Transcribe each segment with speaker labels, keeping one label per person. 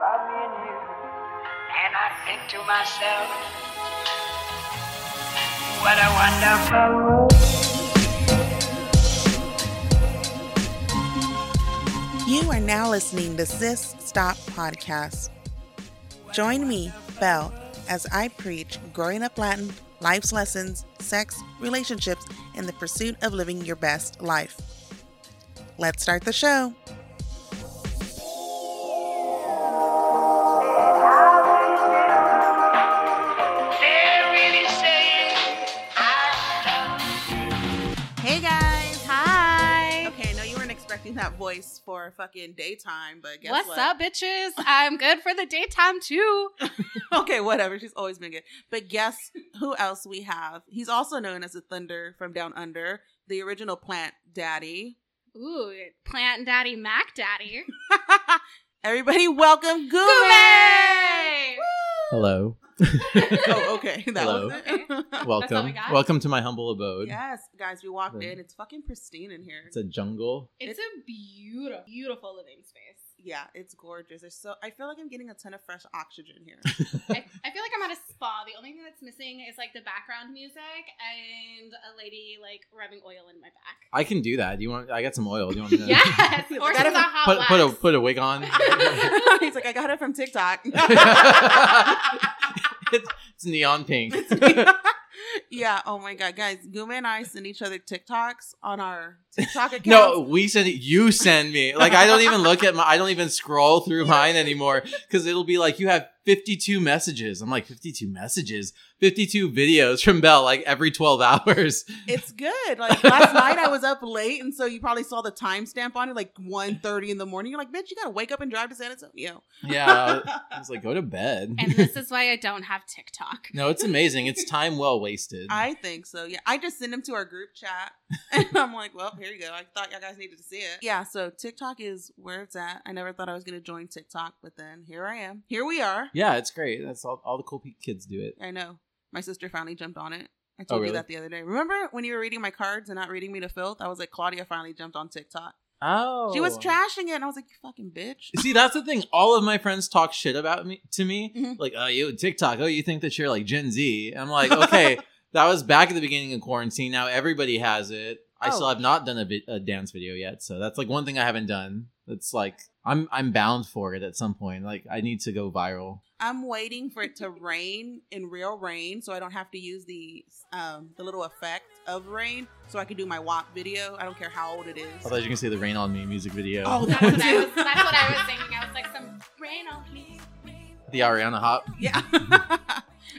Speaker 1: by me and you. And I think to myself, what a wonderful world.
Speaker 2: You are now listening to Sis Stop Podcast. Join me, Belle, as I preach growing up Latin, life's lessons, sex, relationships, and the pursuit of living your best life. Let's start the show.
Speaker 1: They're really saying, I love
Speaker 2: Hey guys!
Speaker 3: Hi.
Speaker 2: Okay, I know you weren't expecting that voice for fucking daytime, but guess
Speaker 3: What's
Speaker 2: what?
Speaker 3: up, bitches? I'm good for the daytime too.
Speaker 2: Okay, whatever. She's always been good. But guess who else we have? He's also known as the Thunder from Down Under, the original plant daddy.
Speaker 3: Ooh, Plant Daddy Mac Daddy.
Speaker 2: Everybody, welcome Gume!
Speaker 3: Hey!
Speaker 4: Hello.
Speaker 2: Oh, okay. That
Speaker 4: Hello.
Speaker 2: was it.
Speaker 3: That's all we
Speaker 4: Welcome.
Speaker 3: got?
Speaker 4: Welcome to my humble abode.
Speaker 2: yes, guys, we walked
Speaker 4: Right.
Speaker 2: in. It's fucking pristine in here.
Speaker 4: It's a jungle.
Speaker 3: It's a beautiful, beautiful living space.
Speaker 2: yeah, it's gorgeous. There's so I feel like I'm getting a ton of fresh oxygen here.
Speaker 3: I, I feel like I'm at a spa. The only thing that's missing is like the background music and a lady like rubbing oil in my back.
Speaker 4: I can do that. Do you want I got some oil. Do you want me to
Speaker 3: Yes, or
Speaker 2: Gotta
Speaker 3: some hot
Speaker 4: put
Speaker 3: wax.
Speaker 4: put a put a wig on?
Speaker 2: He's like, I got it from TikTok.
Speaker 4: it's, it's neon pink.
Speaker 2: yeah. Oh my god, guys, Gume and I send each other TikToks on our TikTok account.
Speaker 4: No, we send it. You send me. Like I don't even look at my. I don't even scroll through mine anymore because it'll be like you have fifty-two messages. I'm like fifty-two messages, fifty-two videos from Bell like every twelve hours.
Speaker 2: It's good. Like last night I was up late and so you probably saw the timestamp on it like 1.30 in the morning. You're like, bitch, you gotta wake up and drive to San Antonio.
Speaker 4: Yeah, I was like, go to bed.
Speaker 3: and this is why I don't have TikTok.
Speaker 4: no, it's amazing. It's time well wasted.
Speaker 2: I think so. Yeah. I just send them to our group chat and I'm like, well, here you go. I thought y'all guys needed to see it. Yeah. So TikTok is where it's at. I never thought I was going to join TikTok, but then here I am. Here we are.
Speaker 4: yeah, it's great. That's all. All the cool pe- kids do it.
Speaker 2: I know. My sister finally jumped on it. I told you
Speaker 4: really?
Speaker 2: that the other day. Remember when you were reading my cards and not reading me to filth? I was like, Claudia finally jumped on TikTok.
Speaker 4: Oh,
Speaker 2: She was trashing it and I was like, you fucking bitch.
Speaker 4: See, that's the thing. All of my friends talk shit about me to me.
Speaker 2: Mhm.
Speaker 4: Like, oh, you TikTok. Oh, you think that you're like Gen Z? I'm like, okay, that was back at the beginning of quarantine. Now everybody has it. I
Speaker 2: Oh.
Speaker 4: still have not done a, vi- a dance video yet, so that's like one thing I haven't done. That's like I'm I'm bound for it at some point. Like I need to go viral.
Speaker 2: I'm waiting for it to rain in real rain, so I don't have to use the um, the little effect of rain, so I can do my WAP video. I don't care how old it is.
Speaker 4: Although you can see the "Rain on Me" music video,
Speaker 2: Oh,
Speaker 3: That's what I was. That's what I was thinking. I was like, some rain on me.
Speaker 4: the Ariana Hop.
Speaker 2: yeah.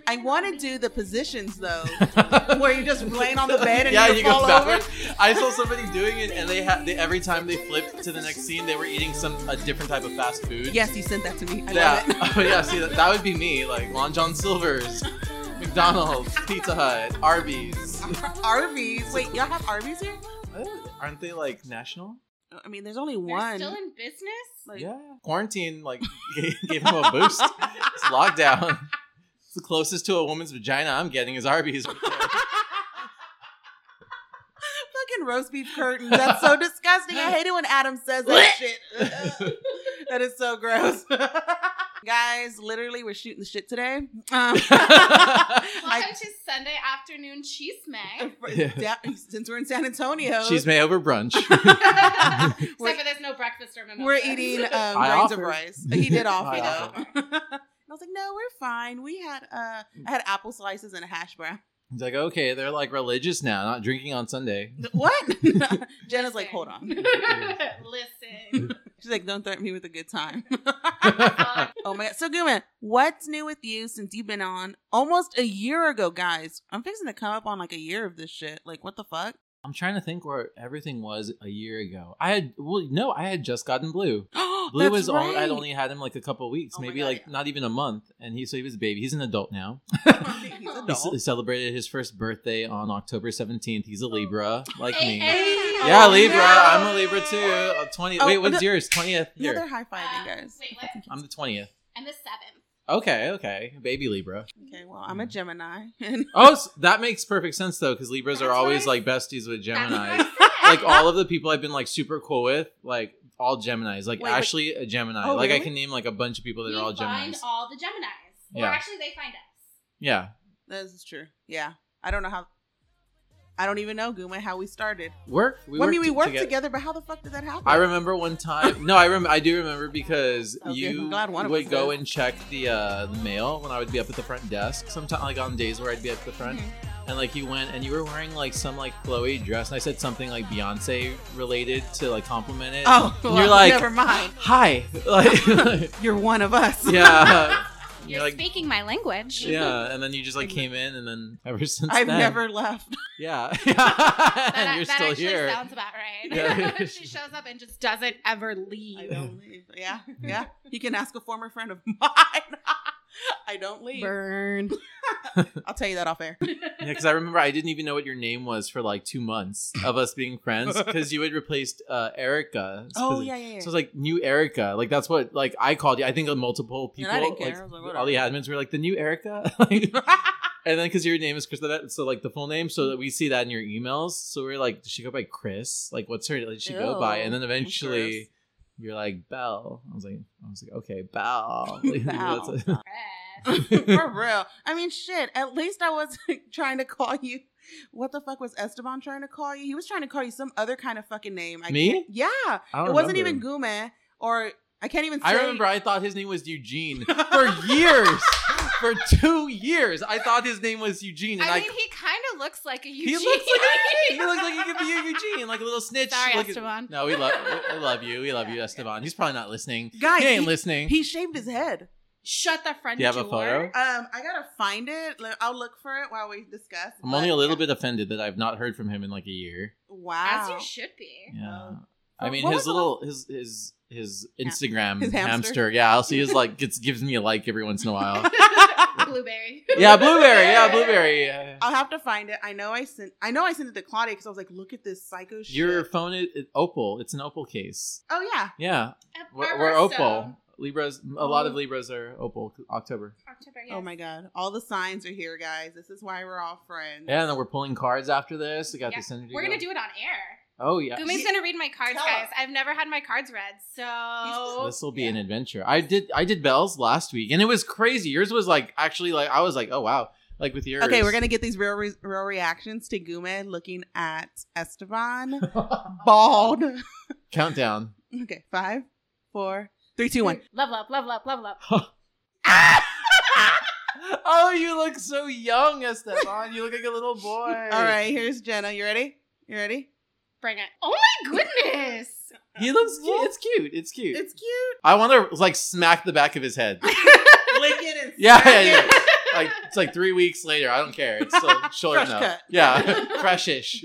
Speaker 2: I want to do the positions though, where you just laying on the bed and you, fall over.
Speaker 4: I saw somebody doing it, and they had they, every time they flipped to the next scene, they were eating some a different type of fast food.
Speaker 2: Yes, you sent that to me. I
Speaker 4: yeah.
Speaker 2: love it.
Speaker 4: Oh yeah. See, that, that would be me. Like Long John Silver's, McDonald's, Pizza Hut, Arby's.
Speaker 2: Arby's. Wait, y'all have Arby's here?
Speaker 4: Oh,
Speaker 2: Oh,
Speaker 4: Aren't they like national?
Speaker 2: I mean, there's only
Speaker 3: They're
Speaker 2: one.
Speaker 3: still in business.
Speaker 2: Like,
Speaker 4: Yeah. Quarantine like gave, gave him a boost. It's lockdown. It's the closest to a woman's vagina I'm getting is Arby's.
Speaker 2: Fucking roast beef curtains. That's so disgusting. I hate it when Adam says that shit. that is so gross. Guys, literally, we're shooting the shit today. Um,
Speaker 3: Welcome
Speaker 2: I,
Speaker 3: to Sunday afternoon cheese mag.
Speaker 2: yeah, since we're in San Antonio,
Speaker 4: She's may over brunch.
Speaker 3: Except
Speaker 2: We're-
Speaker 3: for there's no breakfast or mimosas.
Speaker 2: we're eating um,
Speaker 4: I
Speaker 2: grains of
Speaker 4: offered.
Speaker 2: rice. He did offer,
Speaker 4: I
Speaker 2: though.
Speaker 3: offered.
Speaker 2: I was like, no, we're fine. We had uh, I had apple slices and a hash brown.
Speaker 4: It's like, okay, they're like religious now, not drinking on Sunday.
Speaker 2: What? Jenna's like, hold on.
Speaker 3: Listen.
Speaker 2: She's like, don't threaten me with a good time.
Speaker 3: Uh,
Speaker 2: Oh my god. So Guman, what's new with you since you've been on almost a year ago, guys? I'm fixing to come up on like a year of this shit. Like what the fuck?
Speaker 4: I'm trying to think where everything was a year ago. I had well, no, I had just gotten blue.
Speaker 2: Oh,
Speaker 4: Blue was on, I'd only had him like a couple weeks,
Speaker 2: Oh my
Speaker 4: maybe
Speaker 2: God,
Speaker 4: like
Speaker 2: yeah.
Speaker 4: not even a month, and he so he was a baby. He's an adult now.
Speaker 2: He's
Speaker 4: He
Speaker 2: adult.
Speaker 4: c- celebrated his first birthday on October 17th. He's a Libra, like
Speaker 3: hey,
Speaker 4: me.
Speaker 3: hey.
Speaker 4: Yeah,
Speaker 2: Oh,
Speaker 4: Libra.
Speaker 2: no.
Speaker 4: I'm a Libra too. Uh, 20.
Speaker 2: Oh,
Speaker 4: wait, what's
Speaker 2: no-
Speaker 4: yours? 20th
Speaker 2: Yeah, they're
Speaker 4: year.
Speaker 2: high fiving,
Speaker 3: Uh,
Speaker 2: guys.
Speaker 3: Wait, what?
Speaker 4: I'm the 20th.
Speaker 3: And the seventh.
Speaker 4: Okay, okay. Baby Libra.
Speaker 2: Okay, well, I'm a Gemini. And
Speaker 4: Oh, s that makes perfect sense though, because Libras
Speaker 3: That's
Speaker 4: are
Speaker 3: what
Speaker 4: always
Speaker 3: I-
Speaker 4: like besties with
Speaker 3: That's what
Speaker 4: Gemini.
Speaker 3: I said.
Speaker 4: like all of the people I've been like super cool with, like all Geminis. Like
Speaker 2: Wait, but-
Speaker 4: Ashley, a Gemini.
Speaker 2: Oh,
Speaker 4: like I
Speaker 2: really?
Speaker 4: can name like a bunch of people that
Speaker 3: we
Speaker 4: are all
Speaker 3: find
Speaker 4: Geminis.
Speaker 3: all the Geminis. Or
Speaker 4: Yeah.
Speaker 3: actually, they find us.
Speaker 4: yeah.
Speaker 2: This is true. Yeah. I don't know how. I don't even know, Guma, how we started.
Speaker 4: Work. We
Speaker 2: well, I mean, we
Speaker 4: t-
Speaker 2: worked together. but how the fuck did that happen?
Speaker 4: I remember one time. No, I rem- I do remember because
Speaker 2: Okay,
Speaker 4: you
Speaker 2: I'm glad one of
Speaker 4: would
Speaker 2: us
Speaker 4: go
Speaker 2: did.
Speaker 4: and check the uh, the mail when I would be up at the front desk. Sometimes, like on days where I'd be up at the front,
Speaker 2: Mm-hmm.
Speaker 4: and like you went and you were wearing like some like flowy dress, and I said something like Beyonce related to like compliment it.
Speaker 2: Oh,
Speaker 4: And
Speaker 2: well,
Speaker 4: you're like,
Speaker 2: never mind.
Speaker 4: Hi, like,
Speaker 2: You're one of us.
Speaker 4: yeah,
Speaker 3: You're
Speaker 4: you're like,
Speaker 3: speaking my language.
Speaker 4: yeah, and then you just like came in, and then ever since
Speaker 2: I've
Speaker 4: then-
Speaker 2: never left.
Speaker 4: yeah,
Speaker 3: That,
Speaker 4: and you're
Speaker 3: that
Speaker 4: still
Speaker 3: actually
Speaker 4: here.
Speaker 3: sounds about right.
Speaker 4: Yeah.
Speaker 3: she shows up and just doesn't ever leave.
Speaker 2: I don't leave. Yeah, yeah. You can ask a former friend of mine. I don't leave.
Speaker 3: Burn.
Speaker 2: I'll tell you that off air.
Speaker 4: Yeah, because I remember I didn't even know what your name was for like two months of us being friends because you had replaced uh, Erica.
Speaker 2: Oh yeah, yeah, yeah.
Speaker 4: So it was like new Erica. Like that's what like I called you. I think multiple
Speaker 2: And
Speaker 4: people,
Speaker 2: I didn't care. I
Speaker 4: like,
Speaker 2: was like, whatever.
Speaker 4: all the admins were like the new Erica. Like, and then because your name is Chris, so like the full name,
Speaker 2: Mm-hmm.
Speaker 4: so that we see that in your emails. So we are like, does she go by Chris? Like, what's her? Like, does she go by?
Speaker 2: Ew,
Speaker 4: And then
Speaker 2: I'm
Speaker 4: eventually.
Speaker 2: Chris.
Speaker 4: You're like Bell. I was like, I was like, okay, Bell. Like,
Speaker 2: Bell.
Speaker 4: that's-
Speaker 2: For real. I mean, shit. At least I wasn't trying to call you. What the fuck was Esteban trying to call you? He was trying to call you some other kind of fucking name. I
Speaker 4: Me?
Speaker 2: Can't, yeah. It
Speaker 4: I don't
Speaker 2: wasn't
Speaker 4: remember.
Speaker 2: even Gume or I can't even. Say,
Speaker 4: I remember I thought his name was Eugene for years. for two years, I thought his name was Eugene, and
Speaker 3: I
Speaker 4: I,
Speaker 3: mean, he kind of looks like a
Speaker 4: he
Speaker 3: Eugene.
Speaker 4: looks like a Eugene. He looks like he could be a Eugene, like a little snitch.
Speaker 3: Sorry,
Speaker 4: like a-
Speaker 3: Esteban.
Speaker 4: no, we love, we love you. We love you, Esteban. He's probably not listening.
Speaker 2: Guys,
Speaker 4: he ain't
Speaker 2: he-
Speaker 4: listening.
Speaker 2: He shaved his head.
Speaker 3: Shut the front
Speaker 4: Do you have
Speaker 3: door.
Speaker 4: a photo?
Speaker 2: Um, I gotta find it. Like, I'll look for it while we discuss.
Speaker 4: I'm only a
Speaker 2: but-
Speaker 4: little bit offended that I've not heard from him in like a year.
Speaker 2: Wow.
Speaker 3: As you should be.
Speaker 4: Yeah.
Speaker 2: Oh.
Speaker 4: I mean,
Speaker 2: What
Speaker 4: his
Speaker 2: was the
Speaker 4: little his his his
Speaker 2: Ha-
Speaker 4: Instagram
Speaker 2: his
Speaker 4: hamster.
Speaker 2: hamster.
Speaker 4: Yeah, I'll see his like gets gives me a like every once in a while.
Speaker 3: Blueberry.
Speaker 4: yeah, blueberry. Yeah, blueberry. Yeah.
Speaker 2: I'll have to find it. I know I sent. I know I sent it to Claudia because I was like, look at this psycho shit.
Speaker 4: Your phone is is opal. It's an opal case.
Speaker 2: oh yeah.
Speaker 4: Yeah,
Speaker 3: A
Speaker 4: We're, we're
Speaker 3: Barbarossa.
Speaker 4: opal. Libras. A lot of Libras are opal. October.
Speaker 3: October,
Speaker 2: Oh
Speaker 3: yes.
Speaker 2: my god. All the signs are here, guys. This is why we're all friends.
Speaker 4: Yeah, and then we're pulling cards after this. We got
Speaker 3: Yeah,
Speaker 4: this energy.
Speaker 3: We're gonna
Speaker 4: going.
Speaker 3: do it on air.
Speaker 4: Oh yeah.
Speaker 3: Gumi's gonna read my cards,
Speaker 2: Tell
Speaker 3: guys.
Speaker 2: us.
Speaker 3: I've never had my cards read, so
Speaker 4: This will be an adventure. I did. I did bells last week, and it was crazy. Yours was like actually like I was like oh wow like with yours.
Speaker 2: Okay, we're gonna get these real re- real reactions to Gume looking at Esteban
Speaker 4: gonna
Speaker 2: bald.
Speaker 4: countdown.
Speaker 2: okay, five, four, three, two, one.
Speaker 3: Love, love, love, love, love, love.
Speaker 4: oh, you look so young, Esteban. You look like a little boy.
Speaker 2: All right, here's Jenna. You ready? You ready?
Speaker 3: Bring it. Oh my goodness.
Speaker 4: He looks. Cute. It's cute. It's cute.
Speaker 2: It's cute.
Speaker 4: I want to like smack the back of his head.
Speaker 2: Lick it and
Speaker 4: Yeah,
Speaker 2: smack
Speaker 4: yeah,
Speaker 2: it.
Speaker 4: like it's like three weeks later. I don't care. It's still shoulder
Speaker 2: Fresh
Speaker 4: enough.
Speaker 2: cut.
Speaker 4: Yeah, freshish.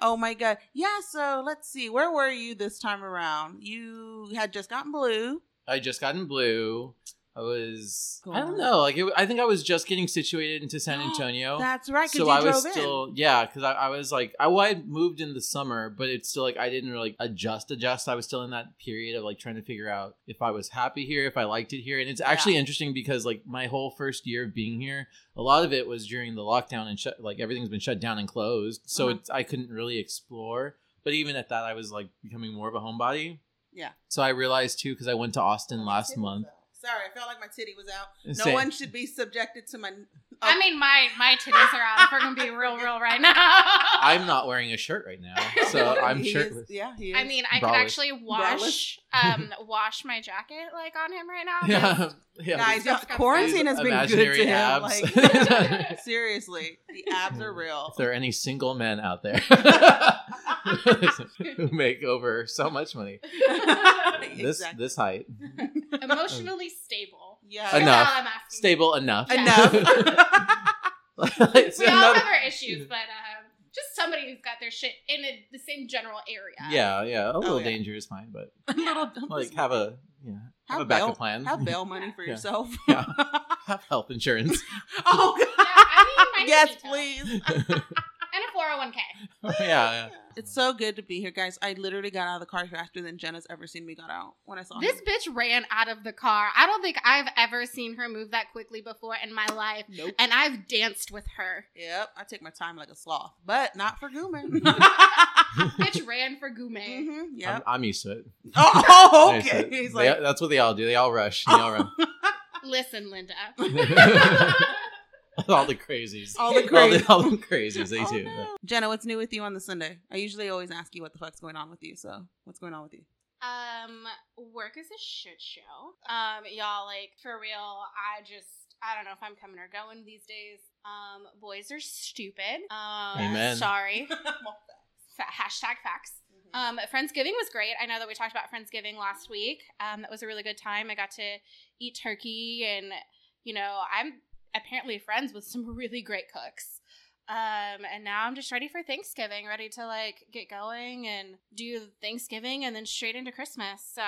Speaker 2: Oh my god. Yeah. So let's see. Where were you this time around? You had just gotten blue.
Speaker 4: I just got in blue. I was. I don't
Speaker 2: Cool.
Speaker 4: know. Like it, I think I was just getting situated into San Antonio.
Speaker 2: That's right. 'cause
Speaker 4: Oh. so
Speaker 2: you
Speaker 4: I
Speaker 2: drove
Speaker 4: was
Speaker 2: in.
Speaker 4: still yeah, because I, I was like I, well, I moved in the summer, but it's still like I didn't really adjust adjust. I was still in that period of like trying to figure out if I was happy here, if I liked it here, and it's actually interesting because like my whole first year of being here, a lot of it was during the lockdown and shut like everything's been shut down and closed, so
Speaker 2: Uh-huh.
Speaker 4: it's, I couldn't really explore. But even at that, I was like becoming more of a homebody.
Speaker 2: Yeah.
Speaker 4: So I realized too because I went to Austin last
Speaker 2: Titty was
Speaker 4: month.
Speaker 2: out. Sorry, I felt like my titty was out. No
Speaker 4: Same.
Speaker 2: one should be subjected to my.
Speaker 3: I mean, my my titties are out. If we're gonna be real, real right now.
Speaker 4: I'm not wearing a shirt right now, so I'm
Speaker 2: He is-
Speaker 4: shirtless.
Speaker 2: yeah, he is.
Speaker 3: I mean, I could
Speaker 4: Braless.
Speaker 3: actually wash um wash my jacket like on him right now.
Speaker 4: Yeah, yeah.
Speaker 2: guys, y'all,
Speaker 3: Just got
Speaker 2: quarantine has been good
Speaker 4: imaginary
Speaker 2: to him.
Speaker 4: abs.
Speaker 2: Like, seriously, the abs are real.
Speaker 4: if there are any single men out there who make over so much money this
Speaker 2: Exactly.
Speaker 4: this height
Speaker 3: Emotionally stable.
Speaker 2: yeah.
Speaker 3: That's
Speaker 4: Enough.
Speaker 3: all I'm asking.
Speaker 4: stable enough
Speaker 3: Yeah.
Speaker 2: Enough.
Speaker 4: It's
Speaker 3: We all
Speaker 4: another-
Speaker 3: have our issues, but um, just somebody who's got their shit in a, the same general area.
Speaker 4: yeah yeah a little
Speaker 2: yeah.
Speaker 4: danger is fine but
Speaker 2: a little dumb.
Speaker 4: like have a yeah have,
Speaker 2: Have
Speaker 4: a backup
Speaker 2: bail-
Speaker 4: plan
Speaker 2: have bail money for
Speaker 4: Yeah.
Speaker 2: yourself.
Speaker 4: Yeah. have health insurance
Speaker 2: oh God.
Speaker 3: Yeah, I need my
Speaker 2: yes,
Speaker 3: detail.
Speaker 2: please.
Speaker 3: And a 401k.
Speaker 4: yeah.
Speaker 2: It's so good to be here, guys. I literally got out of the car faster than Jenna's ever seen me got out when I saw
Speaker 3: This
Speaker 2: him.
Speaker 3: bitch ran out of the car. I don't think I've ever seen her move that quickly before in my life.
Speaker 2: Nope.
Speaker 3: And I've danced with her.
Speaker 2: Yep, I take my time like a sloth, but not for Gooman.
Speaker 3: bitch ran for Gume.
Speaker 2: hmm
Speaker 4: yeah. I'm,
Speaker 2: Yep.
Speaker 4: I'm used to it.
Speaker 2: Oh,
Speaker 4: I'm used to
Speaker 2: okay.
Speaker 4: it.
Speaker 2: He's
Speaker 4: Um, They-
Speaker 2: like,
Speaker 4: that's what they all do. They all rush. They all run.
Speaker 3: Listen, Linda.
Speaker 4: all the crazies.
Speaker 2: all the
Speaker 4: All
Speaker 2: crazy.
Speaker 4: the, all the crazies. They
Speaker 2: Oh,
Speaker 4: do.
Speaker 2: no. Jenna, what's new with you on the Sunday? I usually always ask you what the fuck's going on with you. So, what's going on with you?
Speaker 3: Um, work is a shit show. Um, y'all, like for real, I just I don't know if I'm coming or going these days. Um, boys are stupid. Um,
Speaker 4: Amen.
Speaker 3: Sorry. Fa- hashtag facts. Um, Friendsgiving was great. I know that we talked about Friendsgiving last week. Um, that was a really good time. I got to eat turkey, and you know, I'm apparently friends with some really great cooks. Um, and now I'm just ready for Thanksgiving, ready to like get going and do Thanksgiving, and then straight into Christmas. So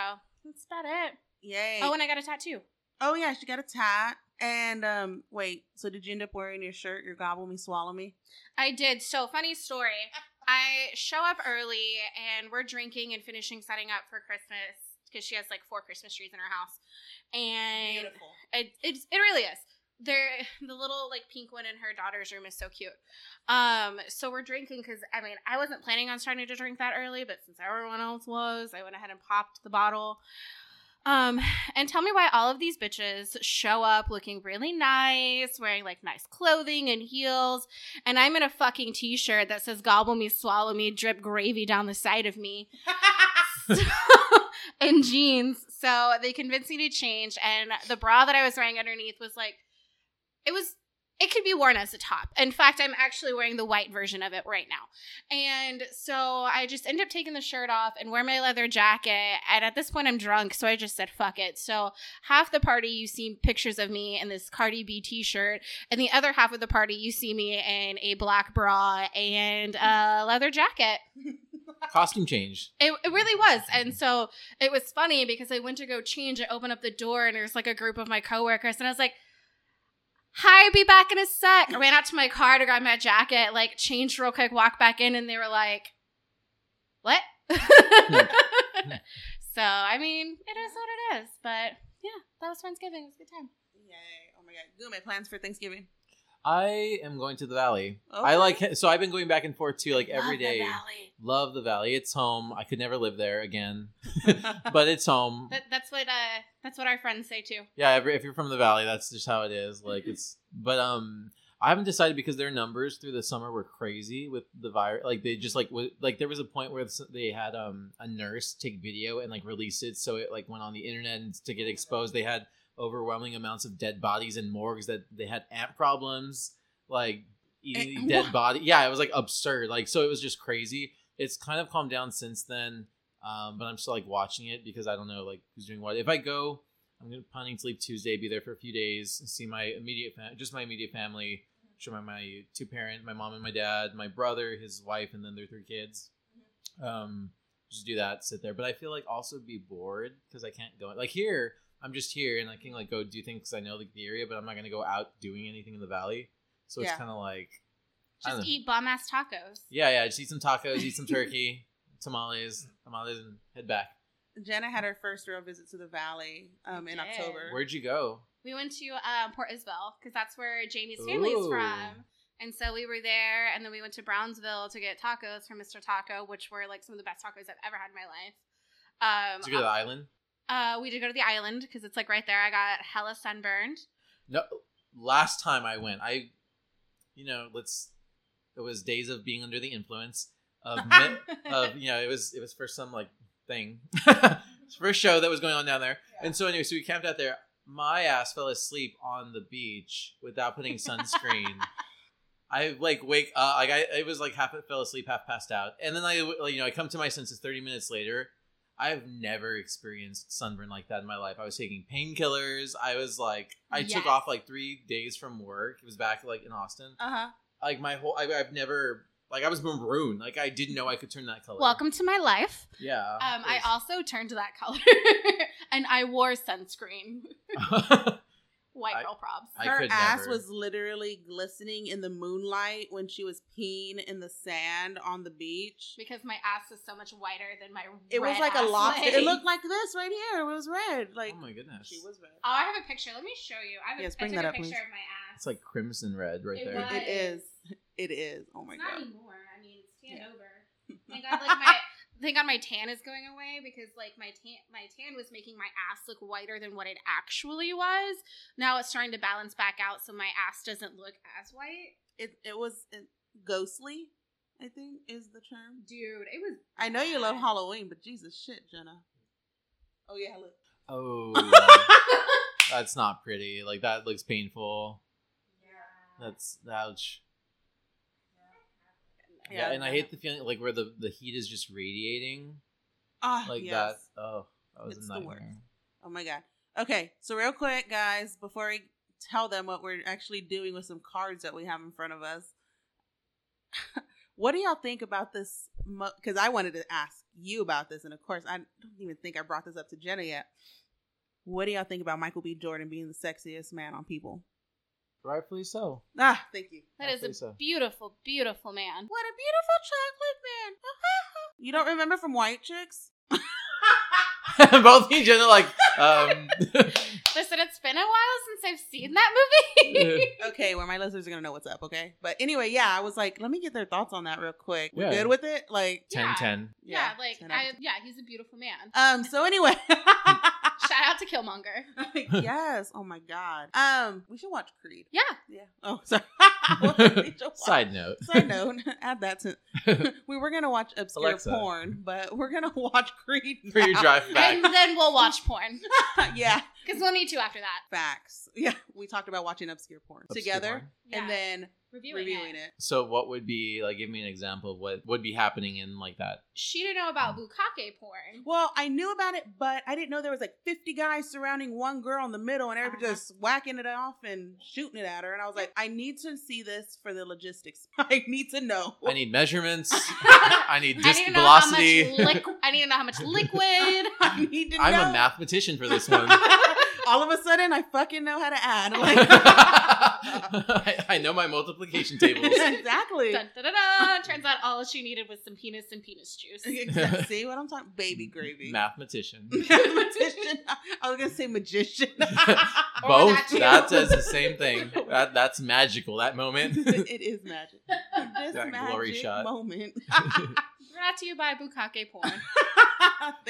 Speaker 3: that's about it.
Speaker 2: Yay.
Speaker 3: Oh, and I got a tattoo.
Speaker 2: Oh yeah, she got a tat. And um, wait. So did you end up wearing your shirt? Your gobble me, swallow me.
Speaker 3: I did. So, funny story. I show up early and we're drinking and finishing setting up for Christmas because she has like four Christmas trees in her house. And it, it's, it really is. They're, the little like pink one in her daughter's room is so cute. Um, so we're drinking because I mean I wasn't planning on starting to drink that early, but since everyone else was, I went ahead and popped the bottle. Um, and tell me why all of these bitches show up looking really nice, wearing like nice clothing and heels, and I'm in a fucking t-shirt that says "Gobble me, swallow me, drip gravy down the side of me," and jeans. So they convinced me to change, and the bra that I was wearing underneath was like, it was it could be worn as a top. In fact, I'm actually wearing the white version of it right now. And so I just end up taking the shirt off and wear my leather jacket. And at this point, I'm drunk, so I just said, fuck it. So half the party, you see pictures of me in this Cardi B t shirt. And the other half of the party, you see me in a black bra and a leather jacket.
Speaker 4: Costume change.
Speaker 3: It, it really was. And so it was funny because I went to go change. I opened up the door and there's like a group of my coworkers. And I was like, Hi, be back in a sec. I ran out to my car to grab my jacket, like changed real quick, walked back in, and they were like, What?
Speaker 4: Hmm.
Speaker 3: so, I mean, it is what it is. But yeah, that was Friendsgiving. It was a good time.
Speaker 2: Yay! Oh my God. Gume plans for Thanksgiving.
Speaker 4: I am going to the valley. I
Speaker 2: Okay.
Speaker 4: like so I've been going back and forth too, like every
Speaker 3: Love the
Speaker 4: day.
Speaker 3: valley.
Speaker 4: Love the valley. It's home. I could never live there again, but it's home.
Speaker 3: That, that's what uh, that's what our friends say too.
Speaker 4: Yeah, every, if you're from the valley, that's just how it is. Like it's, but um, I haven't decided because their numbers through the summer were crazy with the virus. Like they just like w- like there was a point where s- they had um a nurse take video and like release it, so it like went on the internet and to get exposed. They had overwhelming amounts of dead bodies in morgues that they had ant problems, like eating
Speaker 2: Eh,
Speaker 4: dead
Speaker 2: what?
Speaker 4: body. Yeah, it was like absurd. Like so, it was just crazy. It's kind of calmed down since then. Um, but I'm still like watching it because I don't know like who's doing what. If I go, I'm gonna planning to leave Tuesday, be there for a few days, see my immediate fa- just my immediate family, show my, my two parents, my mom and my dad, my brother, his wife, and then their three kids. Um, just do that, sit there. But I feel like also be bored because I can't go like here. I'm just here and I can like go do things 'cause I know like, the area, but I'm not gonna go out doing anything in the valley. So
Speaker 2: Yeah.
Speaker 4: it's kind of like I don't
Speaker 3: Just
Speaker 4: know.
Speaker 3: eat bomb ass tacos.
Speaker 4: yeah, yeah. Just eat some tacos, eat some turkey, tamales, tamales, and head back.
Speaker 2: Jenna had her first real visit to the valley um, in
Speaker 3: Yeah.
Speaker 2: October.
Speaker 4: Where'd you go?
Speaker 3: We went to uh, Port Isabel because that's where Jamie's family is
Speaker 4: Ooh.
Speaker 3: from. And so we were there, and then we went to Brownsville to get tacos from Mr. Taco, which were like some of the best tacos I've ever had in my life. Um,
Speaker 4: Did you go to the island?
Speaker 3: uh, we did go to the island because it's like right there. I got hella sunburned.
Speaker 4: No, last time I went, I, you know, let's. It was days of being under the influence of, mi- of you know, it was it was for some like thing, for a show that was going on down there. And so anyway, so we camped out there. My ass fell asleep on the beach without putting sunscreen. I like wake up. Like I, it was like half fell asleep, half passed out, and then I, like, you know, I come to my senses thirty minutes later. I've never experienced sunburn like that in my life. I was taking painkillers. I was like, I
Speaker 3: Yes.
Speaker 4: took off like three days from work. It was back like in Austin.
Speaker 2: Uh huh.
Speaker 4: Like my whole, I, I've never like I was maroon. Like I didn't know I could turn that color.
Speaker 3: Welcome to my life.
Speaker 4: Yeah.
Speaker 3: Um, I also turned that color, and I wore sunscreen.
Speaker 4: also.
Speaker 3: white
Speaker 4: I-
Speaker 3: girl props.
Speaker 4: I
Speaker 2: her
Speaker 4: could
Speaker 2: ass
Speaker 4: never.
Speaker 2: was literally glistening in the moonlight when she was peeing in the sand on the beach.
Speaker 3: because my ass is so much whiter than my
Speaker 2: It was
Speaker 3: red
Speaker 2: like a
Speaker 3: ass
Speaker 2: lobster.
Speaker 3: leg.
Speaker 2: It looked like this right here. It was red. Like
Speaker 4: oh my goodness.
Speaker 2: she was red.
Speaker 3: Oh, I have a picture. Let me show you. I have
Speaker 2: Yes,
Speaker 3: a,
Speaker 2: bring
Speaker 3: I took
Speaker 2: that
Speaker 3: a
Speaker 2: up,
Speaker 3: picture
Speaker 2: please.
Speaker 3: of my ass.
Speaker 4: It's like crimson red right
Speaker 3: It
Speaker 4: there.
Speaker 3: was.
Speaker 2: It is. It is. Oh my
Speaker 3: it's not
Speaker 2: god.
Speaker 3: anymore. I mean, it's tan
Speaker 2: Yeah.
Speaker 3: over. Thank God, like my thank God my tan is going away because like my tan my tan was making my ass look whiter than what it actually was. Now it's trying to balance back out so my ass doesn't look as white.
Speaker 2: It it was uh, ghostly. I think is the term.
Speaker 3: Dude, it was.
Speaker 2: I know you love
Speaker 3: bad.
Speaker 2: Halloween, but Jesus shit, Jenna. Oh yeah, look.
Speaker 4: Oh, that's not pretty. Like that looks painful.
Speaker 3: Yeah.
Speaker 4: That's ouch. Yeah,
Speaker 2: Yeah.
Speaker 4: and I hate the feeling like where the the heat is just radiating
Speaker 2: Ah,
Speaker 4: like
Speaker 2: yes.
Speaker 4: that. Oh, that was
Speaker 2: It's
Speaker 4: a
Speaker 2: the
Speaker 4: nightmare.
Speaker 2: Oh my god. Okay, so real quick, guys, before we tell them what we're actually doing with some cards that we have in front of us, what do y'all think about this? Because I wanted to ask you about this, and of course, I don't even think I brought this up to Jenna yet. What do y'all think about Michael B. Jordan being the sexiest man on people?
Speaker 4: Rightfully so.
Speaker 2: Ah, thank you.
Speaker 3: That is
Speaker 4: Rightfully
Speaker 3: a
Speaker 4: so.
Speaker 3: beautiful, beautiful man.
Speaker 2: What a beautiful chocolate man. you don't remember from White Chicks?
Speaker 4: Both me and Jenna like um
Speaker 3: Listen, it's been a while since I've seen that movie.
Speaker 2: okay, well, my listeners are gonna know what's up, okay? But anyway, yeah, I was like, let me get their thoughts on that real quick. We're
Speaker 4: Yeah.
Speaker 2: good with it? Like,
Speaker 4: 10 10.
Speaker 3: yeah, like
Speaker 2: 10 out
Speaker 3: I,
Speaker 2: of
Speaker 3: yeah, he's a beautiful man.
Speaker 2: 10. um, so anyway.
Speaker 3: Shout out to Killmonger.
Speaker 2: yes. Oh my god. Um, we should watch Creed.
Speaker 3: Yeah,
Speaker 2: Yeah. Oh, sorry. We should watch-
Speaker 4: Side note.
Speaker 2: Side note, add that to. we were gonna watch obscure
Speaker 4: Alexa.
Speaker 2: porn, but we're gonna watch Creed.
Speaker 4: For your
Speaker 2: now.
Speaker 4: drive back.
Speaker 3: and then we'll watch porn
Speaker 2: yeah,
Speaker 3: because we'll need to after that.
Speaker 2: facts. Yeah, we talked about watching obscure porn
Speaker 4: Obscure
Speaker 2: together,
Speaker 4: porn.
Speaker 3: Yeah.
Speaker 2: and then
Speaker 3: reviewing,
Speaker 2: reviewing,
Speaker 3: it.
Speaker 2: it.
Speaker 4: So what would be like give me an example of what would be happening in like that?
Speaker 3: She didn't know about bukake porn.
Speaker 2: Well, I knew about it, but I didn't know there was like 50 guys surrounding one girl in the middle and everybody
Speaker 3: Uh-huh.
Speaker 2: just whacking it off and shooting it at her. And I was like, I need to see this for the logistics. I need to know.
Speaker 4: I need measurements.
Speaker 3: I
Speaker 4: I need
Speaker 3: need
Speaker 4: disc
Speaker 3: to know how much
Speaker 4: velocity.
Speaker 3: liquid. I need to know how much liquid.
Speaker 2: I need to
Speaker 4: I'm
Speaker 2: know.
Speaker 4: a mathematician for this one.
Speaker 2: All of a sudden, I fucking know how to add. Like,
Speaker 4: I, I know my multiplication tables.
Speaker 2: exactly.
Speaker 3: Dun, dun, dun, dun. Turns out all she needed was some penis and penis juice.
Speaker 2: Exactly. See what I'm talking? Baby gravy.
Speaker 4: Mathematician.
Speaker 2: Mathematician. I was gonna say magician.
Speaker 3: Or
Speaker 4: Both.
Speaker 3: that too.
Speaker 4: That says the same thing. That that's magical. That moment.
Speaker 2: it is magic. This
Speaker 4: That
Speaker 2: magic
Speaker 4: glory shot.
Speaker 2: moment.
Speaker 3: Brought to you by bukake porn.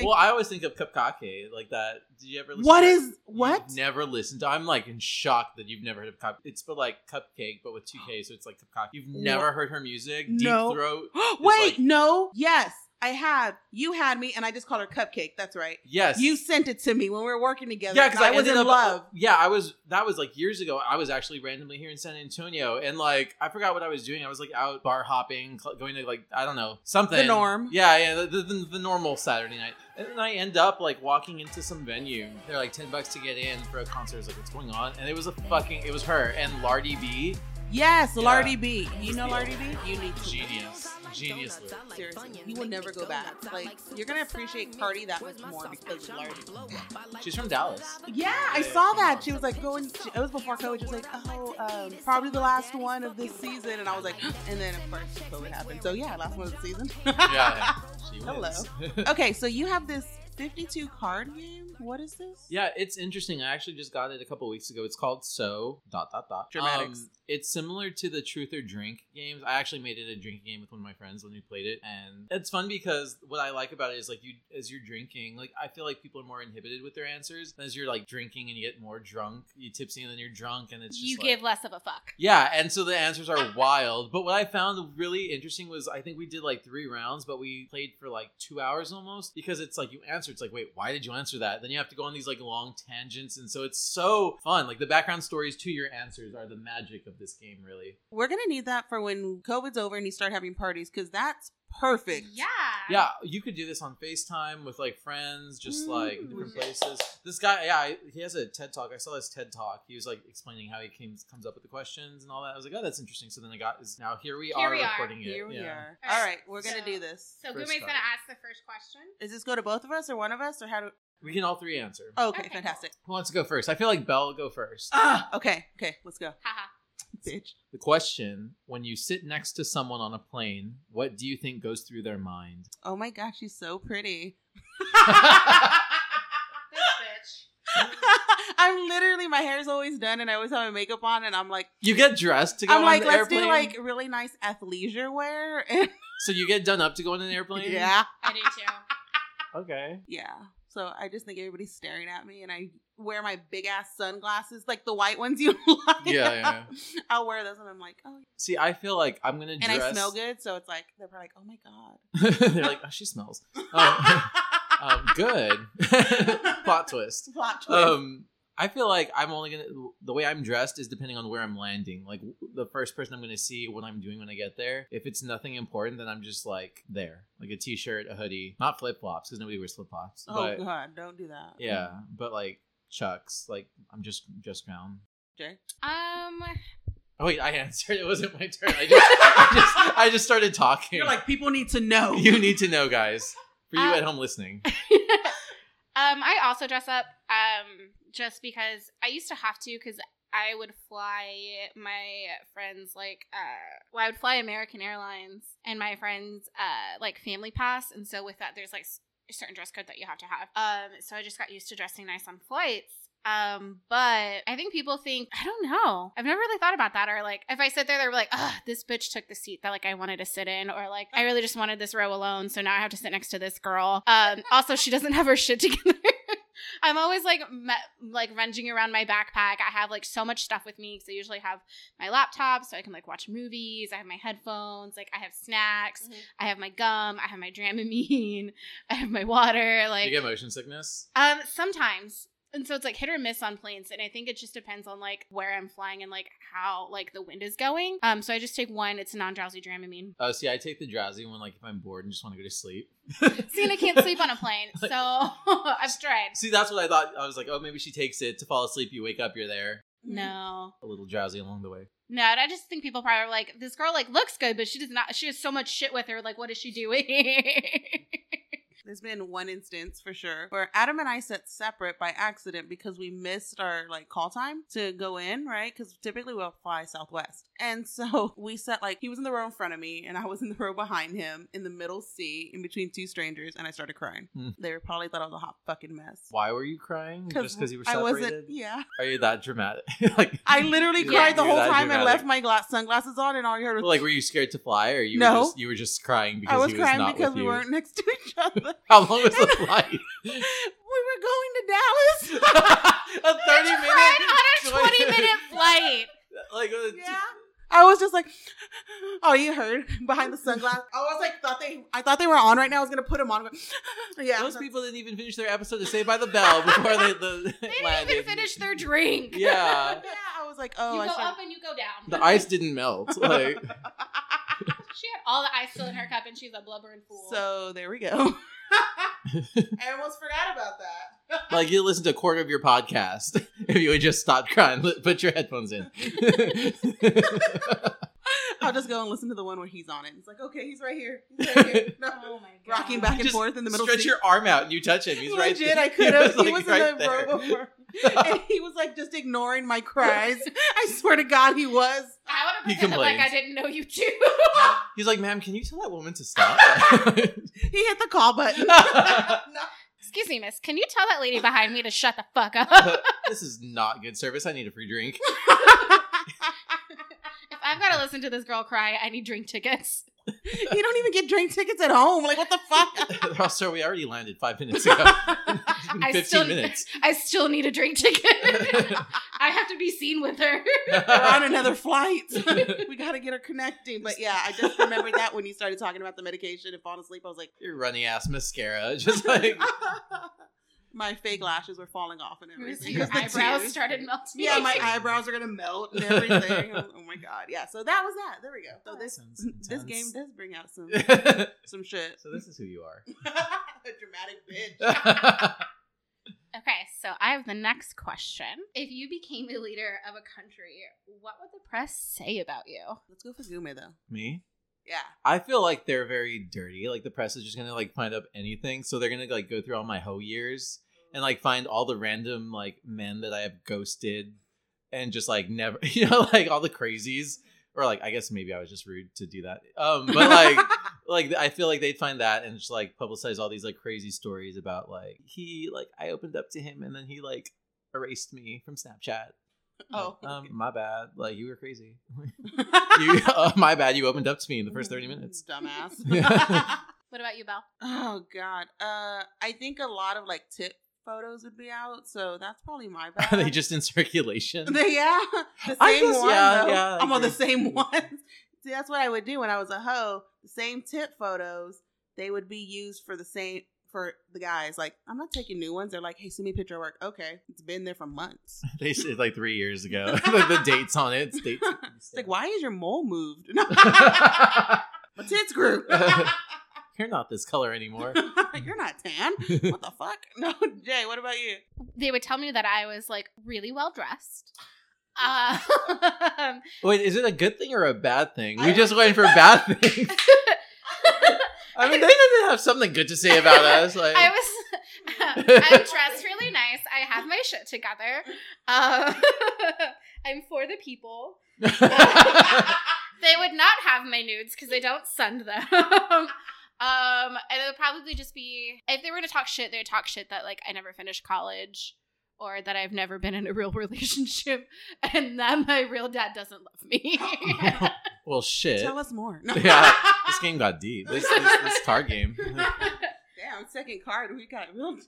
Speaker 4: well, I always think of cupcake like that. Did you ever? Listen
Speaker 2: what
Speaker 4: to
Speaker 2: is
Speaker 4: that?
Speaker 2: what?
Speaker 4: You've never listened. to I'm like in shock that you've never heard of cup. It's spelled like cupcake, but with two K's, so it's like cupcake. You've never heard her music.
Speaker 2: No.
Speaker 4: Deep throat.
Speaker 2: Wait,
Speaker 4: like-
Speaker 2: no. Yes, I have. You had me, and I just called her Cupcake. That's right.
Speaker 4: Yes.
Speaker 2: You sent it to me when we were working together.
Speaker 4: yeah, because I,
Speaker 2: was
Speaker 4: ended
Speaker 2: in
Speaker 4: up-
Speaker 2: love.
Speaker 4: Yeah, I was. That was like years ago. I was actually randomly here in San Antonio, and like I forgot what I was doing. I was like out bar hopping, cl- going to like I don't know something.
Speaker 2: The norm.
Speaker 4: Yeah, yeah, the, the, the normal Saturday night, and then I end up like walking into some venue. They're like ten bucks to get in for a concert. I was like, what's going on? And it was a fucking. It was her and Lardy B.
Speaker 2: Yes,
Speaker 4: Yeah.
Speaker 2: Lardy B. You know Lardy B. You need to
Speaker 4: Genius, genius. lyric.
Speaker 2: Seriously, you will never go back. Like you're gonna appreciate Cardi that much more because of Lardy.
Speaker 4: She's from Dallas.
Speaker 2: Yeah, I saw that. She was like going. she- It was before COVID. She was like, "Oh, um, probably the last one of this season," and I was like, "And then of course COVID happened." So yeah, last one of the season.
Speaker 4: Yeah, she
Speaker 2: Hello.
Speaker 4: wins.
Speaker 2: okay, so you have this 52 card game. What is this?
Speaker 4: Yeah, it's interesting. I actually just got it a couple weeks ago. It's called So dot dot dot
Speaker 2: Dramatics.
Speaker 4: Um, it's similar to the Truth or Drink games. I actually made it a drinking game with one of my friends when we played it, and it's fun because what I like about it is like you as you're drinking, like I feel like people are more inhibited with their answers. As you're like drinking and you get more drunk, you tipsy and then you're drunk, and it's just
Speaker 3: you
Speaker 4: like-
Speaker 3: give less of a fuck.
Speaker 4: yeah, and so the answers are wild. But what I found really interesting was I think we did like three rounds, but we played for like two hours almost because it's like you answer. It's like, wait, why did you answer that? Then you have to go on these like long tangents. And so it's so fun. Like the background stories to your answers are the magic of this game, really.
Speaker 2: We're gonna need that for when COVID's over and you start having parties, because that's perfect.
Speaker 3: Yeah.
Speaker 4: Yeah, you could do this on FaceTime with like friends, just like different places. This guy, yeah, I- he has a TED talk. I saw his TED talk. He was like explaining how he came, comes up with the questions and all that. I was like, oh, that's interesting. So then I got is now here we
Speaker 3: Here
Speaker 4: are
Speaker 3: we are.
Speaker 4: recording it.
Speaker 2: Here we
Speaker 4: yeah.
Speaker 2: are.
Speaker 3: All
Speaker 2: All
Speaker 3: right,
Speaker 2: right, we're gonna
Speaker 3: so-
Speaker 2: do this.
Speaker 3: So
Speaker 4: First
Speaker 3: Gume's gonna
Speaker 4: thought.
Speaker 3: ask the first question.
Speaker 2: Is this go to both of us or one of us or how do?
Speaker 4: We can all three answer.
Speaker 2: Oh, okay,
Speaker 3: Okay.
Speaker 2: fantastic.
Speaker 4: Who wants to go first? I feel like Belle will go first.
Speaker 2: Ah, okay, okay, let's go,
Speaker 3: Haha.
Speaker 2: bitch.
Speaker 4: The question: When you sit next to someone on a plane, what do you think goes through their mind?
Speaker 2: Oh my gosh, she's so pretty.
Speaker 3: This bitch.
Speaker 2: I'm literally my hair's always done and I always have my makeup on and I'm like
Speaker 4: You get dressed to go
Speaker 2: I'm
Speaker 4: on
Speaker 2: like
Speaker 4: the
Speaker 2: let's
Speaker 4: airplane.
Speaker 2: do like really nice athleisure wear. And
Speaker 4: so you get done up to go on an airplane.
Speaker 2: yeah,
Speaker 3: I do too.
Speaker 4: Okay.
Speaker 2: yeah. So I just think everybody's staring at me and I wear my big ass sunglasses like the white ones you like.
Speaker 4: Yeah, yeah,
Speaker 2: I'll wear those and I'm like oh
Speaker 4: See, I feel like I'm gonna dress.
Speaker 2: and I smell good so it's like they're probably like oh my god.
Speaker 4: They're like, oh, she smells. Oh, um, good. Plot twist.
Speaker 2: Plot twist.
Speaker 4: Um, I feel like I'm only gonna. The way I'm dressed is depending on where I'm landing. Like the first person I'm gonna see what I'm doing when I get there. If it's nothing important, then I'm just like there, like a t-shirt, a hoodie, not flip flops because nobody wears flip flops.
Speaker 2: oh
Speaker 4: but
Speaker 2: god, don't do that.
Speaker 4: yeah, but like chucks. Like I'm just just down.
Speaker 2: Jay.
Speaker 3: Um.
Speaker 4: Oh wait, I answered. It wasn't my turn. I just, I just, I just started talking.
Speaker 2: people need to know.
Speaker 4: you need to know, guys. For you
Speaker 3: Uh,
Speaker 4: at home listening.
Speaker 3: um. I also dress up. Um. Just because I used to have to, because I would fly my friends like uh. Well, I would fly American Airlines, and my friends uh like family pass, and so with that, there's like s- a certain dress code that you have to have. Um. So I just got used to dressing nice on flights. Um, but I think people think I don't know. I've never really thought about that. Or like, if I sit there, they're like, "Ugh, this bitch took the seat that like I wanted to sit in," or like, "I really just wanted this row alone, so now I have to sit next to this girl." Um, also, she doesn't have her shit together. I'm always like me- like runging around my backpack. I have like so much stuff with me because I usually have my laptop so I can like watch movies. I have my headphones. Like I have snacks.
Speaker 2: Mhm.
Speaker 3: I have my gum. I have my Dramamine. I have my water. Like
Speaker 4: you get motion sickness?
Speaker 3: um, sometimes. And so it's like hit or miss on planes, and I think it just depends on like where I'm flying and like how like the wind is going. Um, so I just take one. It's a non-drowsy Dramamine.
Speaker 4: Oh, see, I take the drowsy one, like, if I'm bored and just want to go to sleep.
Speaker 3: See, and I can't sleep on a plane, so I've tried.
Speaker 4: See, that's what I thought. I was like, oh, maybe she takes it to fall asleep. You wake up, you're there.
Speaker 2: Mm-hmm.
Speaker 3: No,
Speaker 4: A little drowsy along the way.
Speaker 3: no, and I just think people probably are like this girl like looks good, but she does not. She has so much shit with her. Like, what is she doing?
Speaker 2: There's been one instance for sure where Adam and I sat separate by accident because we missed our like call time to go in, right? Because typically we'll fly Southwest, and so we sat like he was in the row in front of me and I was in the row behind him in the middle seat in between two strangers, and I started crying.
Speaker 4: Hmm.
Speaker 2: They were probably thought I was a hot fucking mess.
Speaker 4: Why were you crying? Just because you were
Speaker 2: I
Speaker 4: separated?
Speaker 2: wasn't. Yeah,
Speaker 4: Are you that dramatic? like,
Speaker 2: I literally
Speaker 4: Yeah,
Speaker 2: cried the
Speaker 4: you're
Speaker 2: whole
Speaker 4: that
Speaker 2: time and
Speaker 4: dramatic.
Speaker 2: left my glass sunglasses on, and all I heard was
Speaker 4: like, were you scared to fly, or you
Speaker 2: No.
Speaker 4: were just you were just crying because
Speaker 2: I was
Speaker 4: he was
Speaker 2: crying
Speaker 4: not
Speaker 2: because
Speaker 4: with
Speaker 2: we
Speaker 4: you?
Speaker 2: weren't next to each other.
Speaker 4: How long was the flight?
Speaker 2: we were going to Dallas.
Speaker 4: a thirty
Speaker 3: She
Speaker 4: minute
Speaker 3: cried on a 20 minute flight.
Speaker 4: like, uh,
Speaker 2: Yeah. I was just like, oh, you heard behind the sunglasses. I was like, thought they, I thought they were on right now. I was gonna put them on. yeah,
Speaker 4: Those people didn't even finish their episode of Saved by the Bell before they, the,
Speaker 3: They didn't even finish their drink.
Speaker 4: Yeah,
Speaker 2: Yeah, I was like, oh,
Speaker 3: you
Speaker 2: I
Speaker 3: go
Speaker 2: should-
Speaker 3: up and you go down.
Speaker 4: the ice didn't melt. Like,
Speaker 3: She had all the ice still in her cup, and she's a blubbering fool.
Speaker 2: So there we go. I almost forgot about that.
Speaker 4: like you listen to a quarter of your podcast if you would just stop crying, li- put your headphones in.
Speaker 2: I'll just go and listen to the one where he's on it. It's like, okay, he's right here. He's right here. No.
Speaker 3: oh my god,
Speaker 2: Rocking back and
Speaker 4: Just
Speaker 2: forth in the middle.
Speaker 4: Stretch
Speaker 2: seat.
Speaker 4: your arm out and you touch him. He's
Speaker 2: Legit,
Speaker 4: right there.
Speaker 2: I could have. He was,
Speaker 4: like,
Speaker 2: in the row before, and he was like just ignoring my cries. I swear to God, he was.
Speaker 3: I would have
Speaker 4: He
Speaker 3: pretended like I
Speaker 4: complains.
Speaker 3: didn't know you too.
Speaker 4: He's like, ma'am, can you tell that woman to stop?
Speaker 2: He hit the call button. No.
Speaker 3: Excuse me, miss. Can you tell that lady behind me to shut the fuck up?
Speaker 4: this is not good service. I need a free drink.
Speaker 3: if I've got to listen to this girl cry, I need drink tickets.
Speaker 2: you don't even get drink tickets at home. Like, what the fuck?
Speaker 4: oh, sir, we already landed five minutes ago. It's been
Speaker 3: I
Speaker 4: 15
Speaker 3: still-
Speaker 4: minutes.
Speaker 3: I still need a drink ticket. I have to be seen with her.
Speaker 2: We're on another flight. we got to get her connecting. But yeah, I just remembered that when you started talking about the medication and falling asleep, I was like,
Speaker 4: Your runny ass mascara. Just like
Speaker 2: my fake lashes were falling off and everything.
Speaker 3: Your
Speaker 2: 'cause the
Speaker 3: eyebrows
Speaker 2: tears-
Speaker 3: started melting.
Speaker 2: Yeah, my eyebrows are gonna melt and everything. oh oh my god. Yeah. So that was that. There we go. So
Speaker 4: That
Speaker 2: this
Speaker 4: sounds
Speaker 2: this
Speaker 4: intense.
Speaker 2: game does bring out some some shit.
Speaker 4: so this is who you are.
Speaker 2: A dramatic bitch.
Speaker 4: oh
Speaker 3: Okay, so I have the next question. If you became the leader of a country, what would the press say about you?
Speaker 2: Let's go for Gume though.
Speaker 4: me?
Speaker 2: Yeah.
Speaker 4: I feel like they're very dirty. Like the press is just gonna like find up anything, so they're gonna like go through all my hoe years and like find all the random like men that I have ghosted and just like never, you know, like all the crazies. Or like, I guess maybe I was just rude to do that. Um, but like, like I feel like they'd find that and just like publicize all these like crazy stories about like he like I opened up to him and then he like erased me from Snapchat.
Speaker 2: oh.
Speaker 4: Like, um, my bad. Like you were crazy. you, uh, my bad. You opened up to me in the first thirty minutes.
Speaker 2: Dumbass.
Speaker 4: Yeah.
Speaker 3: What about you, Belle?
Speaker 2: oh god. Uh I think a lot of like tip photos would be out, so that's probably my bad.
Speaker 4: Are they just in circulation?
Speaker 2: They- yeah. The same
Speaker 4: I guess-
Speaker 2: one.
Speaker 4: yeah,
Speaker 2: though.
Speaker 4: yeah, I
Speaker 2: I'm on the
Speaker 4: agree.
Speaker 2: same ones. See, that's what I would do when I was a hoe. The same tip photos, they would be used for the same for the guys. Like, I'm not taking new ones. They're like, hey, send me a picture of work. Okay. It's been there for months.
Speaker 4: they said like three years ago. the, the dates on it. It's dates.
Speaker 2: It's like, why is your mole moved? My tits grew.
Speaker 4: Uh-huh. You're not this color anymore.
Speaker 2: You're not tan. What the fuck? No, Jay, what about you?
Speaker 3: They would tell me that I was like really well dressed. Um,
Speaker 4: Wait, is it a good thing or a bad thing? We
Speaker 2: I-
Speaker 4: just went for bad things. I mean, they didn't have something good to say about us. Like,
Speaker 3: I was I'm dressed really nice. I have my shit together. Um, I'm for the people. They would not have my nudes because they don't send them. um, and it would probably just be if they were to talk shit, they would talk shit that like I never finished college or that I've never been in a real relationship and that my real dad doesn't love me.
Speaker 4: well, shit.
Speaker 2: Tell us more. No.
Speaker 4: Yeah, this game got deep. This this, this card game.
Speaker 2: Damn, second card. We got real
Speaker 3: so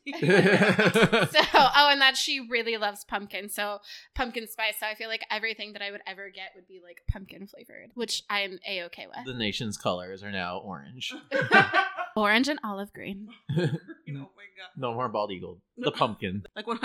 Speaker 3: oh and that she really loves pumpkin so pumpkin spice so i feel like everything that i would ever get would be like pumpkin flavored which i'm a-okay with
Speaker 4: the nation's colors are now orange.
Speaker 3: orange and olive green
Speaker 2: You know, oh my god.
Speaker 4: No more bald eagle. The pumpkin.
Speaker 2: Like 100%